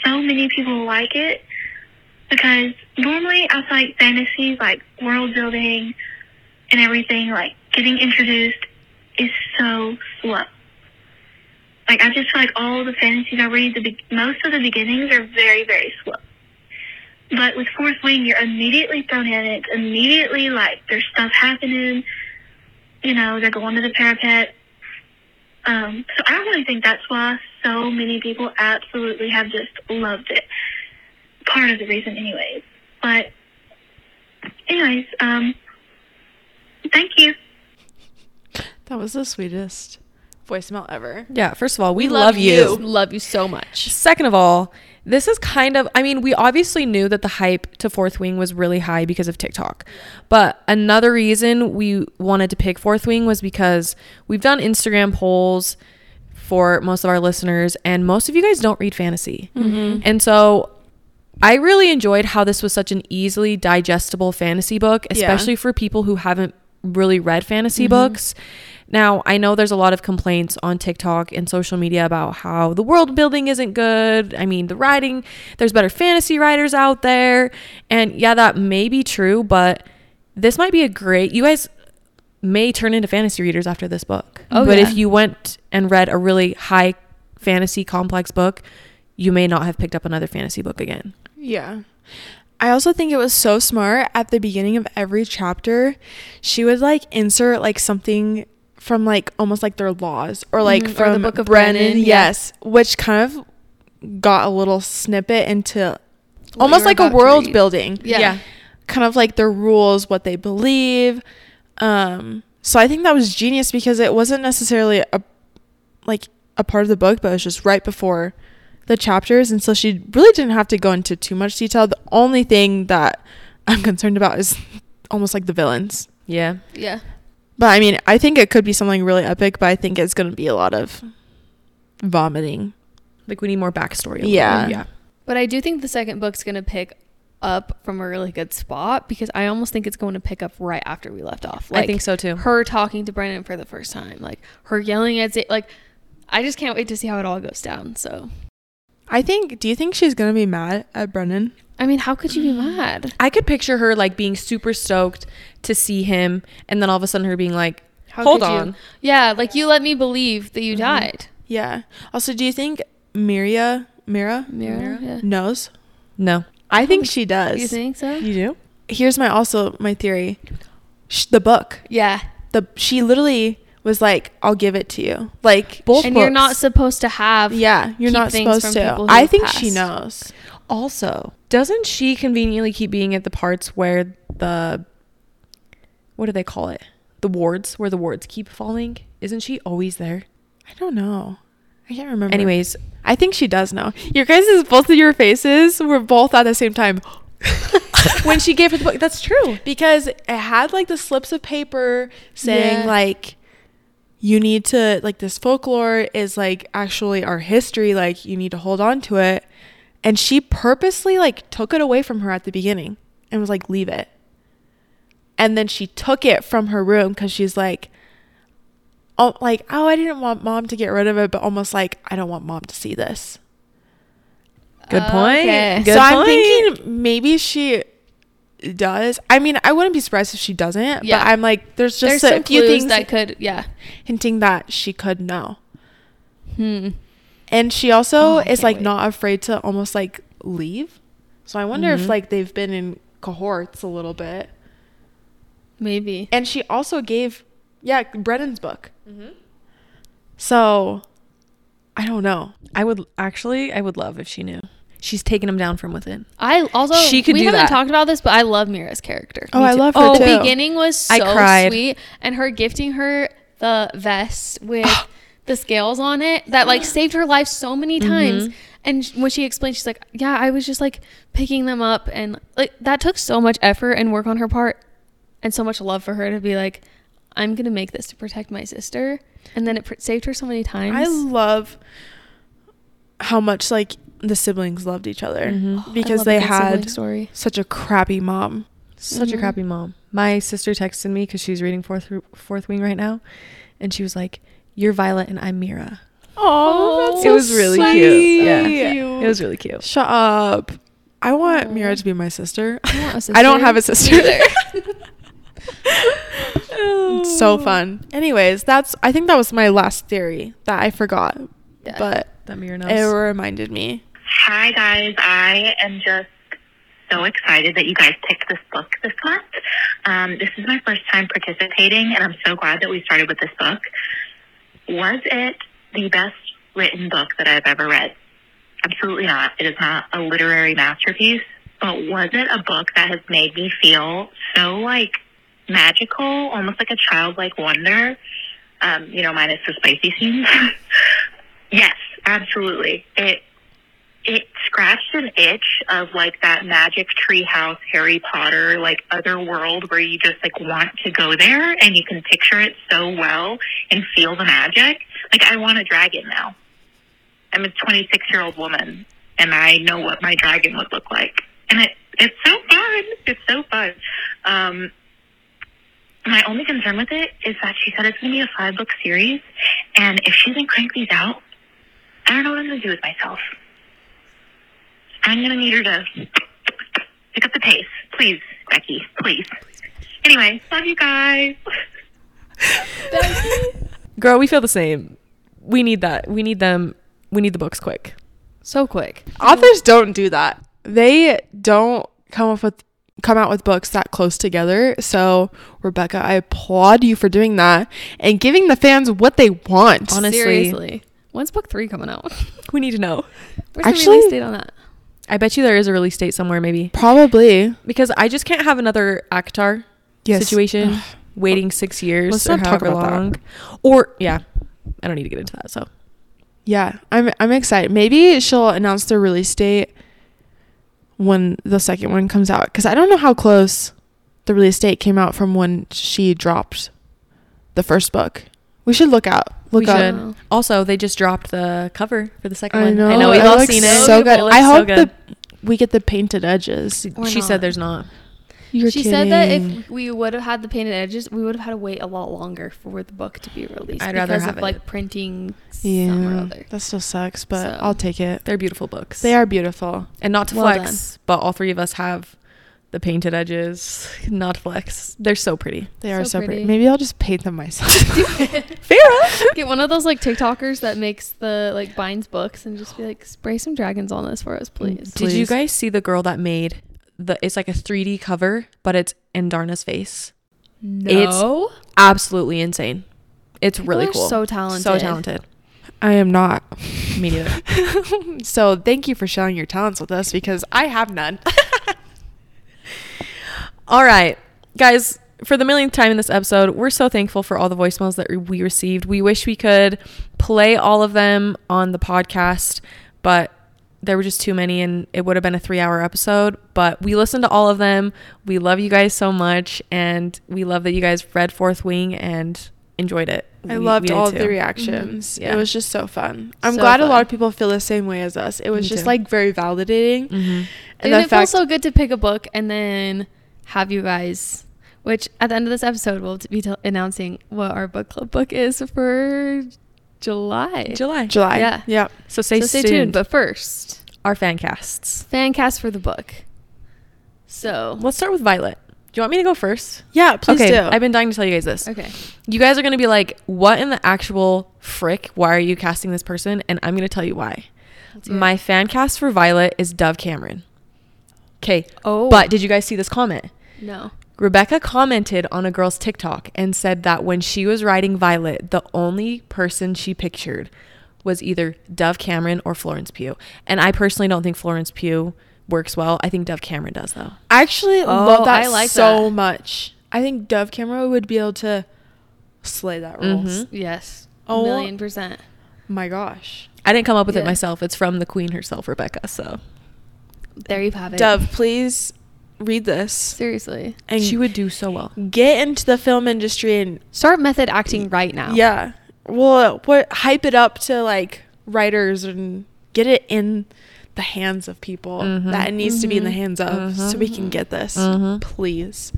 so many people like it because normally I feel like fantasy, like world building and everything, like getting introduced is so slow. Like I just feel like all the fantasies I read, the be- most of the beginnings are very, very slow. But with Fourth Wing, you're immediately thrown in. It's immediately like there's stuff happening. You know, they're going to the parapet. Um, so I really think that's why so many people absolutely have just loved it part of the reason anyways. But anyways, um thank you.
that was the sweetest voicemail ever.
yeah first of all we, love, you.
Love you so much.
Second of all, this is kind of, I mean, we obviously knew that the hype to Fourth Wing was really high because of TikTok. But another reason we wanted to pick Fourth Wing was because we've done Instagram polls for most of our listeners, and most of you guys don't read fantasy. And so I really enjoyed how this was such an easily digestible fantasy book, especially for people who haven't really read fantasy books. Now, I know there's a lot of complaints on TikTok and social media about how the world building isn't good. I mean, the writing, there's better fantasy writers out there. And yeah, that may be true, but this might be a great, you guys may turn into fantasy readers after this book.
Oh,
but
yeah.
if you went and read a really high fantasy complex book, you may not have picked up another fantasy book again.
Yeah. I also think it was so smart at the beginning of every chapter, she would like insert like something from like almost like their laws or like
Mhm, or the
from
Book of
Brennan,
Brennan, yeah.
yes, which kind of got a little snippet into almost
you're
like a
about to
world
read.
building.
Yeah.
kind of like their rules, what they believe. Um, so I think that was genius because it wasn't necessarily a like a part of the book, but it was just right before the chapters, and so she really didn't have to go into too much detail. The only thing that I'm concerned about is almost like the villains.
Yeah.
Yeah.
But I mean, I think it could be something really epic, but I think it's going to be a lot of vomiting.
Like we need more backstory.
Yeah.
Yeah.
But I do think the second book's going to pick up from a really good spot because I almost think it's going to pick up right after we left off.
I think so, too.
Her talking to Brennan for the first time, like her yelling at Z- like I just can't wait to see how it all goes down. So,
I think. Do you think she's going to be mad at Brennan?
I mean, how could you be
Mm.
mad?
I could picture her like being super stoked to see him and then all of a sudden her being like,
How
hold
could you-
on.
Yeah, like you let me believe that you
Mm-hmm.
died.
Yeah. Also, do you think Miria Mira
Mira, yeah.
knows
No.
I think she does.
You think so?
You do? Here's my also my theory. Sh- the book.
Yeah.
The she literally was like, "I'll give it to you." Like both.
and you're not
books.
supposed to have.
Yeah, you're
keep
not
things
supposed
from
to.
people who
I
have
think she
passed.
knows.
Also, doesn't she conveniently keep being at the parts where the what do they call it? The wards where the wards keep falling? Isn't she always there?
I don't know. I can't remember.
Anyways,
I think she does know. Your guys' both of your faces were both at the same time.
when she gave her the book, that's true.
because it had like the slips of paper saying
Yeah.
like you need to like this folklore is like actually our history like you need to hold on to it and she purposely like took it away from her at the beginning and was like leave it and then she took it from her room because she's like oh like oh i didn't want mom to get rid of it but almost like i don't want mom to see this
Good point.
Okay.
Good
so I'm
point.
thinking maybe she does. I mean, I wouldn't be surprised if she doesn't.
Yeah.
But I'm like, there's just
There's
a
some
few
clues
things
that could. Yeah.
hinting that she could know,
Hmm.
and she also
Oh, I
is
can't
like
wait.
not afraid to almost like leave. So I wonder
Mm-hmm.
if like they've been in cohorts a little bit,
Maybe.
and she also gave yeah Brennan's book.
Mm-hmm.
So I don't know.
I would actually I would love if she knew. She's taking him down from within.
I also
She could
we
do
haven't
that.
talked about this, but I love Mira's character.
Oh, I love her
oh,
too.
beginning was so
I cried.
sweet, and her gifting her the vest with the scales on it that like saved her life so many
Mm-hmm.
times. And sh- when she explained, she's like, "Yeah, I was just like picking them up, and like that took so much effort and work on her part, and so much love for her to be like." I'm gonna make this to protect my sister, and then it pr- saved her so many times.
I love how much like the siblings loved each other
Oh, I
because
love a
they
good sibling
had
story.
such a crappy mom.
Such a crappy mom. My sister texted me because she's reading Fourth Fourth Wing right now, and she was like, "You're Violet and I'm Mira."
Oh, that's
it was really cute. Yeah, it was really cute.
Shut up. I want Mira to be my sister. I,
want a
don't have a
sister.
sister. It's so fun. Anyways, that's I think that was my last theory that I forgot,
Yeah.
but
That Mira
it reminded me.
Hi, guys. I am just so excited that you guys picked this book this month. Um, this is my first time participating, and I'm so glad that we started with this book. Was it the best written book that I've ever read? Absolutely not. It is not a literary masterpiece, but was it a book that has made me feel so like magical, almost like a childlike wonder? Um, you know, minus the spicy scenes. yes, absolutely. It it scratched an itch of like that magic treehouse Harry Potter like other world where you just like want to go there and you can picture it so well and feel the magic. Like I want a dragon now. I'm a 26 year old woman and I know what my dragon would look like. And it it's so fun. It's so fun. Um, my only concern with it is that she said it's going to be a five book series, and if she doesn't crank these out, I don't know what I'm going to do with myself. I'm gonna need her to pick up the pace. Please, Becky, please. Anyway, love you guys.
Girl, we feel the same. We need that. We need them. We need the books quick.
so quick.
Authors don't do that. They don't come up with come out with books that close together. So, Rebecca, I applaud you for doing that and giving the fans what they want.
Honestly.
Seriously. When's book three coming out?
We need to know.
Where's Actually, the
Actually-
release date on that?
I bet you there is a release date somewhere, maybe
Probably.
because I just can't have another Akhtar situation waiting six years
Let's
or
not talk
however
about that.
long. Or yeah, I don't need to get into that. So
Yeah, I'm I'm excited. Maybe she'll announce the release date when the second one comes out cuz I don't know how close the release date came out from when she dropped the first book. We should look out. Look
we
up.
should.
Wow.
Also, they just dropped the cover for the second
I
one.
know.
I know we've
it
all
looks
seen it.
So good.
It looks
I
so
hope
good.
the we get the painted edges.
Or
she
not.
said there's not.
You're
she said that
kidding.
if we would have had the painted edges, we would have had to wait a lot longer for the book to be released.
I'd rather
because
have
of
it.
like printing some or
yeah,
other.
that still sucks, but
So.
I'll take it.
They're beautiful books.
They are beautiful.
and not to
Well
flex, but all three of us have The painted edges, not flex. They're so pretty.
They are
So
so pretty.
pretty.
Maybe I'll just paint them myself. Farah.
Get one of those like TikTokers that makes the like binds books and just be like, spray some dragons on this for us, please.
Did you
Please.
guys see the girl that made the? It's like a 3D cover, but it's Andarna's face.
No,
Absolutely insane. It's really
are
cool.
so
So
talented.
talented.
I am not.
Me neither.
so thank you for sharing your talents with us because I have none.
All right, guys, for the millionth time in this episode, we're so thankful for all the voicemails that we received. We wish we could play all of them on the podcast, but there were just too many and it would have been a three hour episode. But we listened to all of them. We love you guys so much. And we love that you guys read Fourth Wing and enjoyed it.
I
We-
loved
we did
all
too.
the reactions.
Mhm. Yeah.
It was just so fun. I'm
So
glad a lot
fun.
of people feel the same way as us. It was
Me
just
too.
like very
Mhm.
validating.
and
And the
it feels
fact
so good to pick a book and then have you guys. Which at the end of this episode, we'll be t- announcing what our book club book is for July.
July.
July.
Yeah.
Yeah.
So stay,
so stay
tuned.
tuned. But first,
our fan casts.
fan cast for the book. So
Let's start with Violet. Do you want me to go first?
Yeah, please
okay,
do.
I've been dying to tell you guys this.
okay,
You guys are going to be like, what in the actual frick? Why are you casting this person? And I'm going to tell you why.
do it.
My fan cast for Violet is Dove Cameron. Okay.
Oh.
But did you guys see this comment?
no,
Rebecca commented on a girl's TikTok and said that when she was writing Violet, the only person she pictured was either Dove Cameron or Florence Pugh. And I personally don't think Florence Pugh works well. I think Dove Cameron does, though.
I actually
Oh,
love that
I like
so
that.
much. I think Dove Camera would be able to slay that role.
Mhm.
yes,
Oh.
a million percent.
My gosh.
I didn't come up with it
Yeah.
myself. It's from the queen herself, Rebecca. So
There you have it.
Dove, please read this
Seriously,
and
she would do so well.
get into the film industry and
start method acting right now.
yeah, well, what hype it up to like writers and get it in the hands of people
Mhm.
that it needs to be in the
Mhm.
hands of, so we can get this,
Mhm.
please.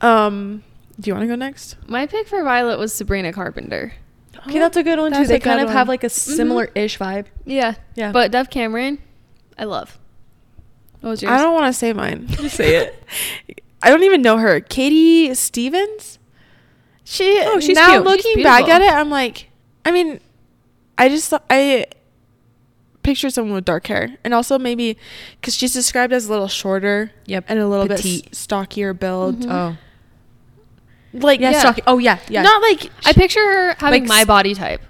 Um, do you want to go next?
My pick for Violet was Sabrina Carpenter.
Okay, that's a good one too.
That's
They
a
kind
good
of have
one.
like a similar ish vibe.
Mm-hmm. Yeah.
Yeah.
But Dove Cameron, I love. What was yours?
I don't want to say mine.
say it.
I don't even know her. Katie Stevens. She.
Oh, she's
now
cute. She's
looking back
beautiful.
at it, I'm like, I mean, I just I pictured someone with dark hair, and also maybe because she's described as a little shorter.
Yep,
And a little bit
petite.
s- stockier build.
Mhm.
Oh,
Like
yeah,
Yeah.
stocky. Oh yeah, yeah.
Not like
I picture her having
Like
my
s-
body type.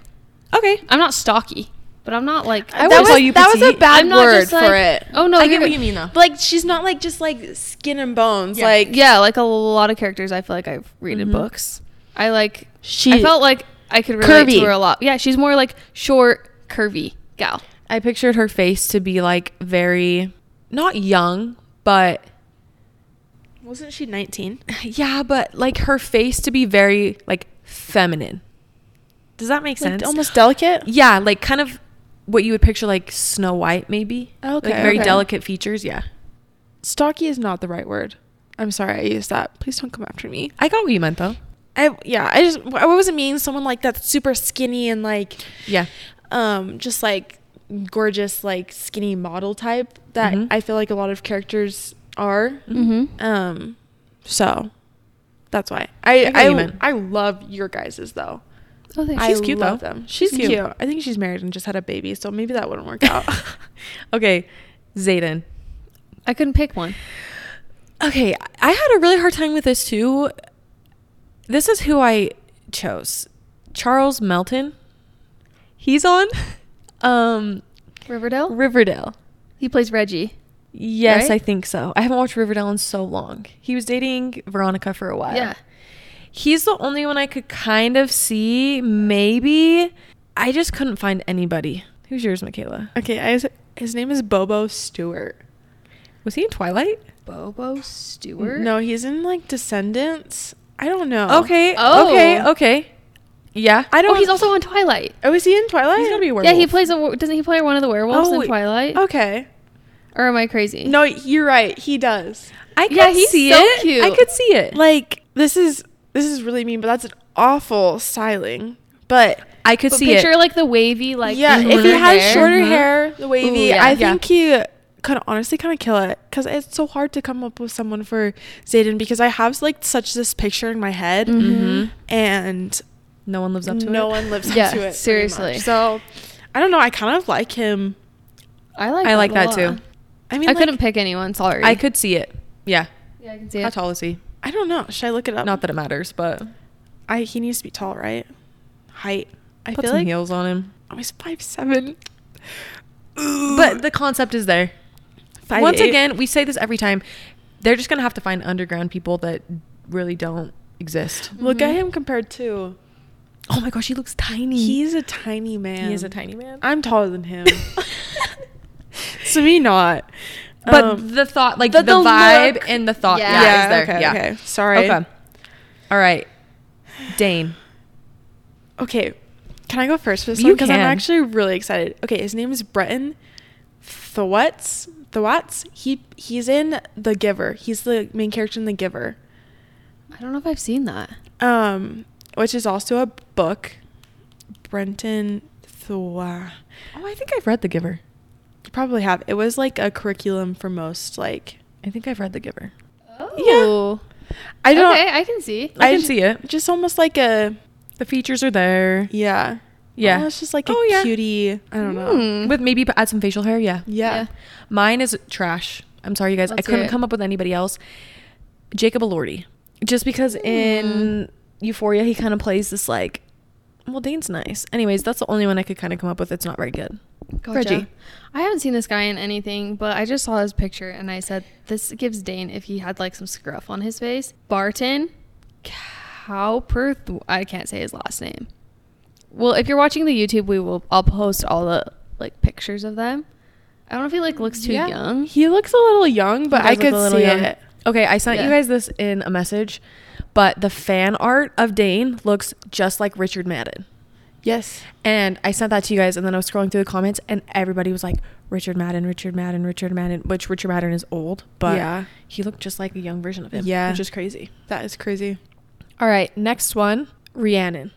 okay.
I'm not stocky, but I'm not like
I
that
wouldn't
was,
call you
that was a
petite.
bad
I'm not
word
just like-
for it.
Oh no,
I get
you're-
what you mean though.
Like she's not like just like skin and bones.
Yeah.
Like
Yeah, like a lot of characters I feel like I've read
Mm-hmm.
in books. I like
she.
I felt like I could relate
Curvy.
to her a lot. Yeah, she's more like short, curvy gal.
I pictured her face to be like very not young, but
wasn't she 19?
yeah, but like her face to be very like feminine. Does that make sense?
Like, almost delicate.
Yeah, like kind of what you would picture like Snow White maybe.
Okay,
Like very
okay.
delicate features. Yeah.
stocky is not the right word. I'm sorry I used that. Please don't come after me.
I got what you meant though.
I yeah, I just I wasn't meaning someone like that's super skinny and like
Yeah.
um just like gorgeous like skinny model type that
Mhm.
I feel like a lot of characters are.
Mm-hmm.
Um so that's why. I
I get what
I,
you meant.
I, love your guys's though.
Oh, thanks.
She's
I
cute,
love
though.
them. She's
She's cute.
cute. I think she's married and just had a baby, so maybe that wouldn't work out.
okay, Zayden.
I couldn't pick one.
Okay, I- I had a really hard time with this too. This is who I chose. Charles Melton. He's on um
Riverdale.
Riverdale.
he plays Reggie.
Yes,
Right?
I think so. I haven't watched Riverdale in so long. He was dating Veronica for a while.
Yeah.
He's the only one I could kind of see maybe. I just couldn't find anybody. Who's yours, Michaela?
okay, I, his name is Bobo Stewart.
Was he in Twilight?
Bobo Stewart.
No, he's in like Descendants. I don't know.
Okay.
Oh.
Okay. Okay. Yeah.
I
Oh,
don't.
he's also on Twilight.
Oh, is he in Twilight?
He's gonna be a
Yeah, he
werewolf.
plays a. were- Doesn't he play one of the werewolves
Oh,
in Twilight?
Okay.
Or am I crazy?
No, you're right. He does.
I could
Yeah, he's
see
so
it.
cute.
I could see it.
Like this is this is really mean, but that's an awful styling. But
I could
But
see
picture
it.
like the wavy, like
yeah, if he
shorter
had
hair. Mm-hmm.
shorter
Mhm.
hair, the wavy,
yeah.
I
Yeah.
think he could honestly kind of kill it because it's so hard to come up with someone for Zayden because I have like such this picture in my head
Mm.
and
Mm-hmm. No one lives up to it.
no one lives
Yeah,
up to it. pretty much.
seriously.
So I don't know. I kind of like him.
I like.
I like
a
that
lot.
too.
I mean,
I
like,
couldn't pick anyone. Sorry.
I could see it. Yeah.
Yeah, I can see
How
it.
tall is he?
I don't know. Should I look it up?
Not that it matters, but
I he needs to be tall, right? Height. I
put
feel
some
like
heels on him.
oh, he's five seven.
But the concept is there.
Five
Once
eight.
again, we say this every time. They're just gonna have to find underground people that really don't exist.
look at him compared to.
Oh my gosh, he looks tiny.
He's a tiny man.
he is a tiny man.
I'm taller than him. so me not.
but
Um,
the thought, like
the-
the,
the
vibe
look-
and the thought,
Yeah.
yeah,
Yeah,
is there.
okay,
yeah.
okay. Sorry.
Okay. All right. Dane.
Okay. Can I go first for this
You
Because I'm
can.
actually really excited. Okay, his name is Breton Thwats. Thwats. He he's in The Giver. He's the main character in The Giver.
I don't know if I've seen that.
Um, which is also a book. Brenton Thwa.
Oh, I think I've read The Giver.
You probably have. It was like a curriculum for most like
I think I've read The Giver.
Oh.
I don't
Okay, I can see.
I can
ju-
see it.
Just almost like a
The features are there.
yeah.
Yeah.
Almost just like a
Oh, yeah.
cutie. I don't know.
Hmm.
With maybe add some facial hair. Yeah.
Yeah.
Mine is trash. I'm sorry, you guys. I
Let's hear
couldn't
it.
come up with anybody else. Jacob Elordi. Just because
Hmm.
in Euphoria, he kind of plays this like, well, Dane's nice. Anyways, that's the only one I could kind of come up with. It's not very good.
Gotcha.
Reggie.
I haven't seen this guy in anything, but I just saw his picture and I said, this gives Dane if he had like some scruff on his face. Barton Cowper, I can't say his last name. Well, if you're watching the YouTube, we will. I'll post all the like pictures of them. I don't know if he like looks too
Yeah.
young.
He looks a little young, but
He
I
does look
could
a little
see
young.
it.
Okay, I sent
Yeah.
you guys this in a message, but the fan art of Dane looks just like Richard Madden.
Yes.
And I sent that to you guys, and then I was scrolling through the comments, and everybody was like, Richard Madden, Richard Madden, Richard Madden, which Richard Madden is old, but
Yeah.
he looked just like a young version of him,
Yeah.
which is crazy.
That is crazy.
All right, next one, Rhiannon.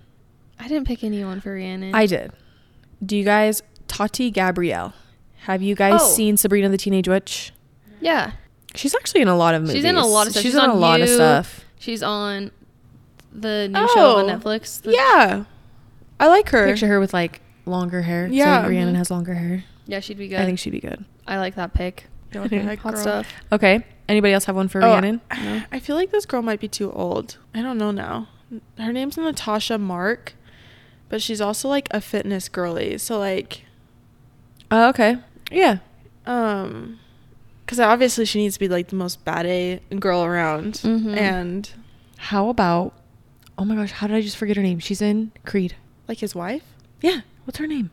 I didn't pick anyone for Rhiannon.
I did. Do you guys, Tati Gabrielle, have you guys
Oh.
seen Sabrina the Teenage Witch?
yeah.
She's actually in a lot of movies.
She's in a lot of stuff.
She's, in a lot of
You.
stuff.
She's on the new show on
Oh,
Netflix. The-
Yeah. I like her.
Picture her with like longer hair. Yeah,
Yeah.
Rhiannon has longer hair.
Yeah, she'd be good.
I think she'd be good.
I like that pick.
Yeah, okay, that
Hot
girl.
stuff.
Okay. Anybody else have one for
Oh,
Rhiannon?
I- I feel like this girl might be too old. I don't know now. Her name's Natasha Mark, but she's also like a fitness girly. So like,
Oh, okay. Yeah.
um, because obviously she needs to be like the most bad A girl around.
Mm-hmm.
Mhm.
And
How about? Oh my gosh, how did I just forget her name? She's in Creed.
like his wife,
Yeah. What's her name?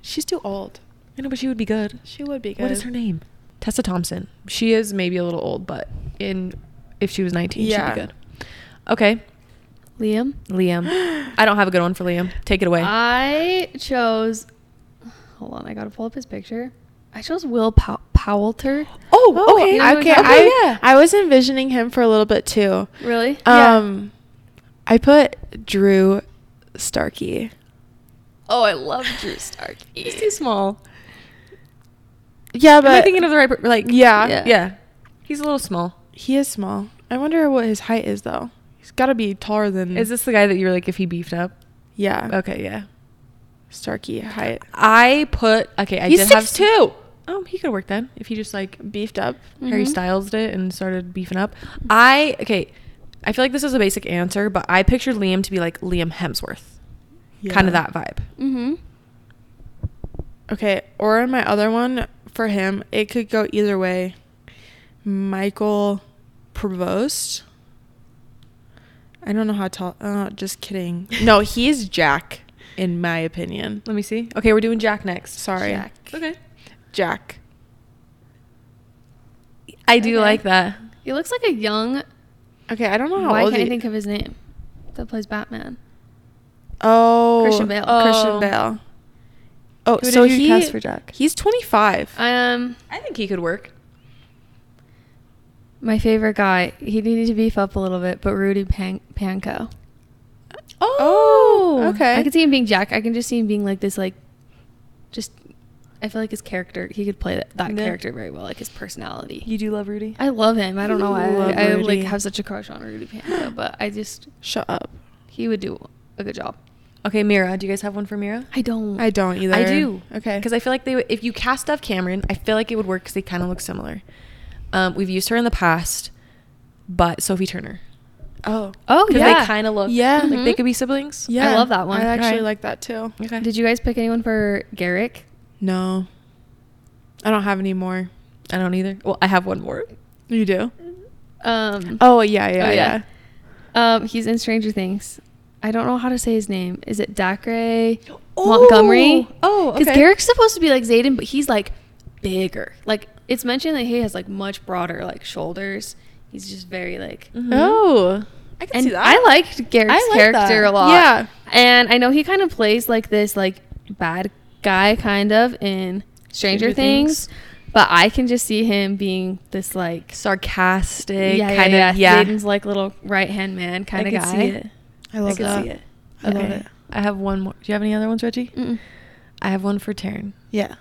she's too old.
I know, but she would be good.
She would be good.
What is her name? Tessa Thompson. She is maybe a little old, but in if she was 19,
Yeah.
she'd be good. Okay.
Liam.
Liam. I don't have a good one for Liam. Take it away.
I chose. Hold on, I gotta pull up his picture. I chose Will Pow- Powelter.
Oh,
Oh,
okay.
you know who
okay.
I'm talking
I,
about? Yeah.
I was envisioning him for a little bit too.
Really?
Um, I put Drew Starkey.
oh, I love Drew Stark.
He's too small.
Yeah,
Am I
but
thinking of the right? per- Like,
yeah,
Yeah.
yeah. He's a little small.
he is small. I wonder what his height is though. He's got to be taller than.
Is this the guy that you were like, if he beefed up?
Yeah.
Okay, yeah.
Starkey height.
I put okay. I
He's
did have
6'2".
Oh, he could work then if he just like
Beefed up.
Harry
Mhm.
Styles did it and started beefing up. I okay. I feel like this is a basic answer, but I pictured Liam to be like Liam Hemsworth, kind of that vibe.
Mm-hmm.
Okay. Or my other one for him, it could go either way. Michael Provost. I don't know how tall. Oh, just kidding. No, he is Jack, in my opinion.
Let me see. Okay, we're doing Jack next.
Sorry.
Jack.
Okay.
Jack.
I do
Okay.
like that.
He looks like a young.
Okay, I don't know how
why
old
can't I
he-
think of his name? That plays Batman.
Oh,
Christian Bale.
Christian
Oh.
Bale. Oh,
Who
so
did you
he
cast for Jack?
he's 25.
Um,
I think he could work.
my favorite guy. He needed to beef up a little bit, but Rudy Pan- Panko.
Oh,
okay.
I can see him being Jack. I can just see him being like this, like, just I feel like his character, he could play that, that
Yeah.
character very well, like his personality.
You do love Rudy?
I love him. I don't know why.
Love
I, I like
Rudy.
have such a crush on Rudy Panda, but I just
Shut up.
he would do a good job.
Okay, Mira, do you guys have one for Mira?
I don't.
I don't either.
I do.
Okay.
Because I feel like they, would- if you cast off Cameron, I feel like it would work because they kind of look similar. Um, we've used her in the past, but Sophie Turner.
oh
oh
Because
yeah.
they kind of look
Yeah.
like they
Mhm.
could be siblings.
yeah,
love that one.
I actually
Right.
like that too.
Okay.
Did you guys pick anyone for Garrick?
No, I don't have any more.
I don't either. Well, I have one more.
You do?
Um,
Oh yeah, yeah,
Oh, yeah.
yeah.
um, he's in Stranger Things. I don't know how to say his name. Is it Dacre Montgomery?
Oh,
Because
okay.
Garrick's supposed to be like Zayden, but he's like bigger. Like it's mentioned that he has like much broader like shoulders. He's just very like.
Mhm.
Oh, I can
And
see that.
I liked Garrick's
I like that.
character a lot.
Yeah.
And I know he kind of plays like this like bad guy kind of in Stranger,
Stranger
Things.
Things.
But I can just see him being this like
Sarcastic,
yeah,
kind
yeah,
of.
yeah.
Yeah.
Zayden's like little right hand man
I
kind of
could
guy.
see it.
I love
I could
that.
see it.
I love it.
I have one more. Do you have any other ones, Reggie?
Mm-mm.
I have one for Taryn.
Yeah,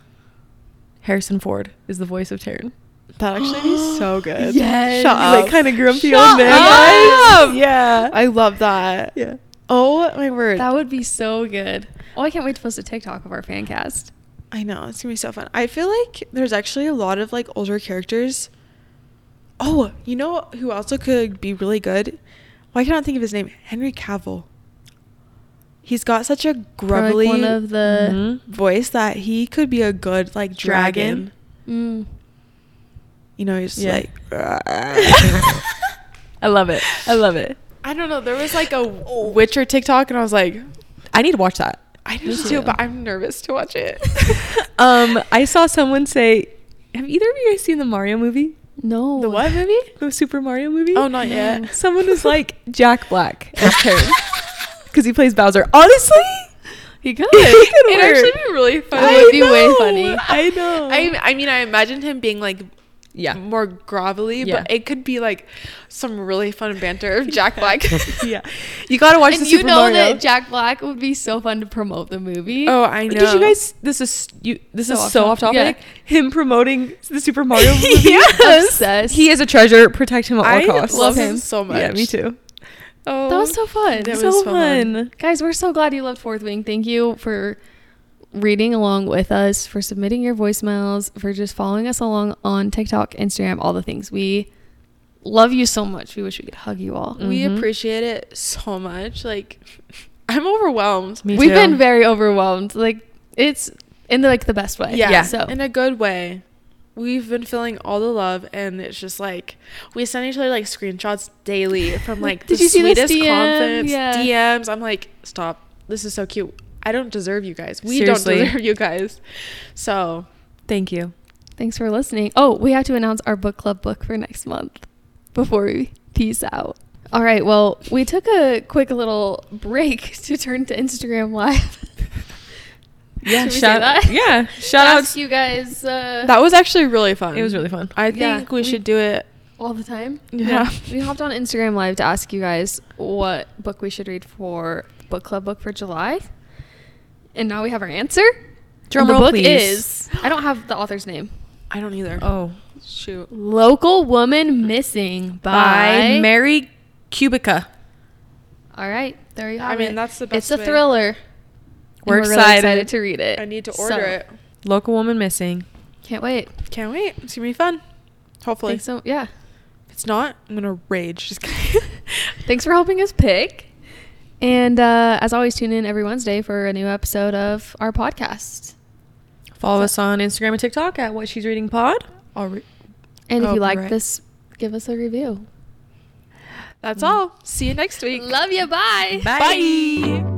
Harrison Ford is the voice of Taryn.
that actually be so good.
Yes.
Shut
He's,
up.
like, kinda grumpy
Shut
old man
up.
vibes. Yeah.
I love that.
Yeah.
Oh my word.
That would be so good. Oh, I can't wait to post a TikTok of our fan cast.
I know it's gonna be so fun. I feel like there's actually a lot of like older characters. Oh, you know who also could be really good? Why can't I think of his name? Henry Cavill. He's got such a grumbly
Probably one of the
Mhm.
voice that he could be a good like dragon.
Dragon.
Mm.
You know, he's just
Yeah.
like.
I love it. I love it.
I don't know. There was like a Witcher TikTok, and Oh. I was like,
I need to watch that.
I
Me
do
too.
too, but I'm nervous to watch it.
Um, I saw someone say, "Have either of you guys seen the Mario movie?
No.
the what movie?
The Super Mario movie?"
Oh, not yet.
Someone was like Jack Black as Terry because he plays Bowser. Honestly,
He could.
He could work.
It'd actually be really funny.
I
It would be way
know.
funny.
I know.
I I mean, I imagine him being like
yeah,
more grovelly,
Yeah.
but it could be like some really fun banter of Jack Black.
yeah. You gotta watch the
And you
Super
know
Mario.
that Jack Black would be so fun to promote the movie.
Oh, I know.
Did you guys? This is you. This
So
is
off
so
top-
off topic. Him promoting the Super Mario movie.
Yes. Obsessed.
He is a treasure. Protect him at all
I
costs.
love
him
him so much.
Yeah, me too.
Oh,
that was so fun.
That was
so
so
fun.
fun.
Guys, we're so glad you loved Fourth Wing. Thank you for reading along with us, for submitting your voicemails, for just following us along on TikTok, Instagram, all the things. We love you so much. We wish we could hug you all.
we
Mhm.
appreciate it so much. Like, I'm overwhelmed.
Me
We've
too.
been very overwhelmed. Like it's in the like the best way.
Yeah,
Yeah.
So
in a good way. We've been feeling all the love, and it's just like we send each other like screenshots daily from like
Did
the
you see this
sweetest
DM?
confidence
Yeah.
DMs. I'm like, stop. This is so cute. I don't deserve you guys. We
Seriously.
don't deserve you guys. So
Thank you.
thanks for listening. Oh, we have to announce our book club book for next month before we peace out. All right. Well, we took a quick little break to turn to Instagram Live.
Yeah,
Should we say
shout
that?
Yeah, shout
Ask
outs.
you guys uh,
that was actually really fun.
It was really fun.
I think
Yeah,
we,
we-
should do it.
all the time.
Yeah.
We hopped on Instagram Live to ask you guys what book we should read for book club book for July. And now we have our answer.
Drum
the
roll,
book
please.
is I don't have the author's name.
I don't either.
Oh,
Shoot.
Local Woman Missing by,
by Mary Kubica.
All right, there you have
I
it.
mean, that's the
It's
best
a
way.
thriller. and
We're
really
excited.
to read it.
I need to
So,
order it.
Local woman missing.
Can't wait.
Can't wait. It's gonna be fun. Hopefully.
Thanks so yeah.
If it's not, I'm gonna rage. Just kidding.
Thanks for helping us pick. And uh, as always, tune in every Wednesday for a new episode of our podcast.
Follow us on Instagram and TikTok at What She's Reading Pod.
All right.
And if
Oh,
you like
right.
this, give us a review.
Mm-hmm.
That's all. See you next week.
Love you. Bye.
Bye.
Bye.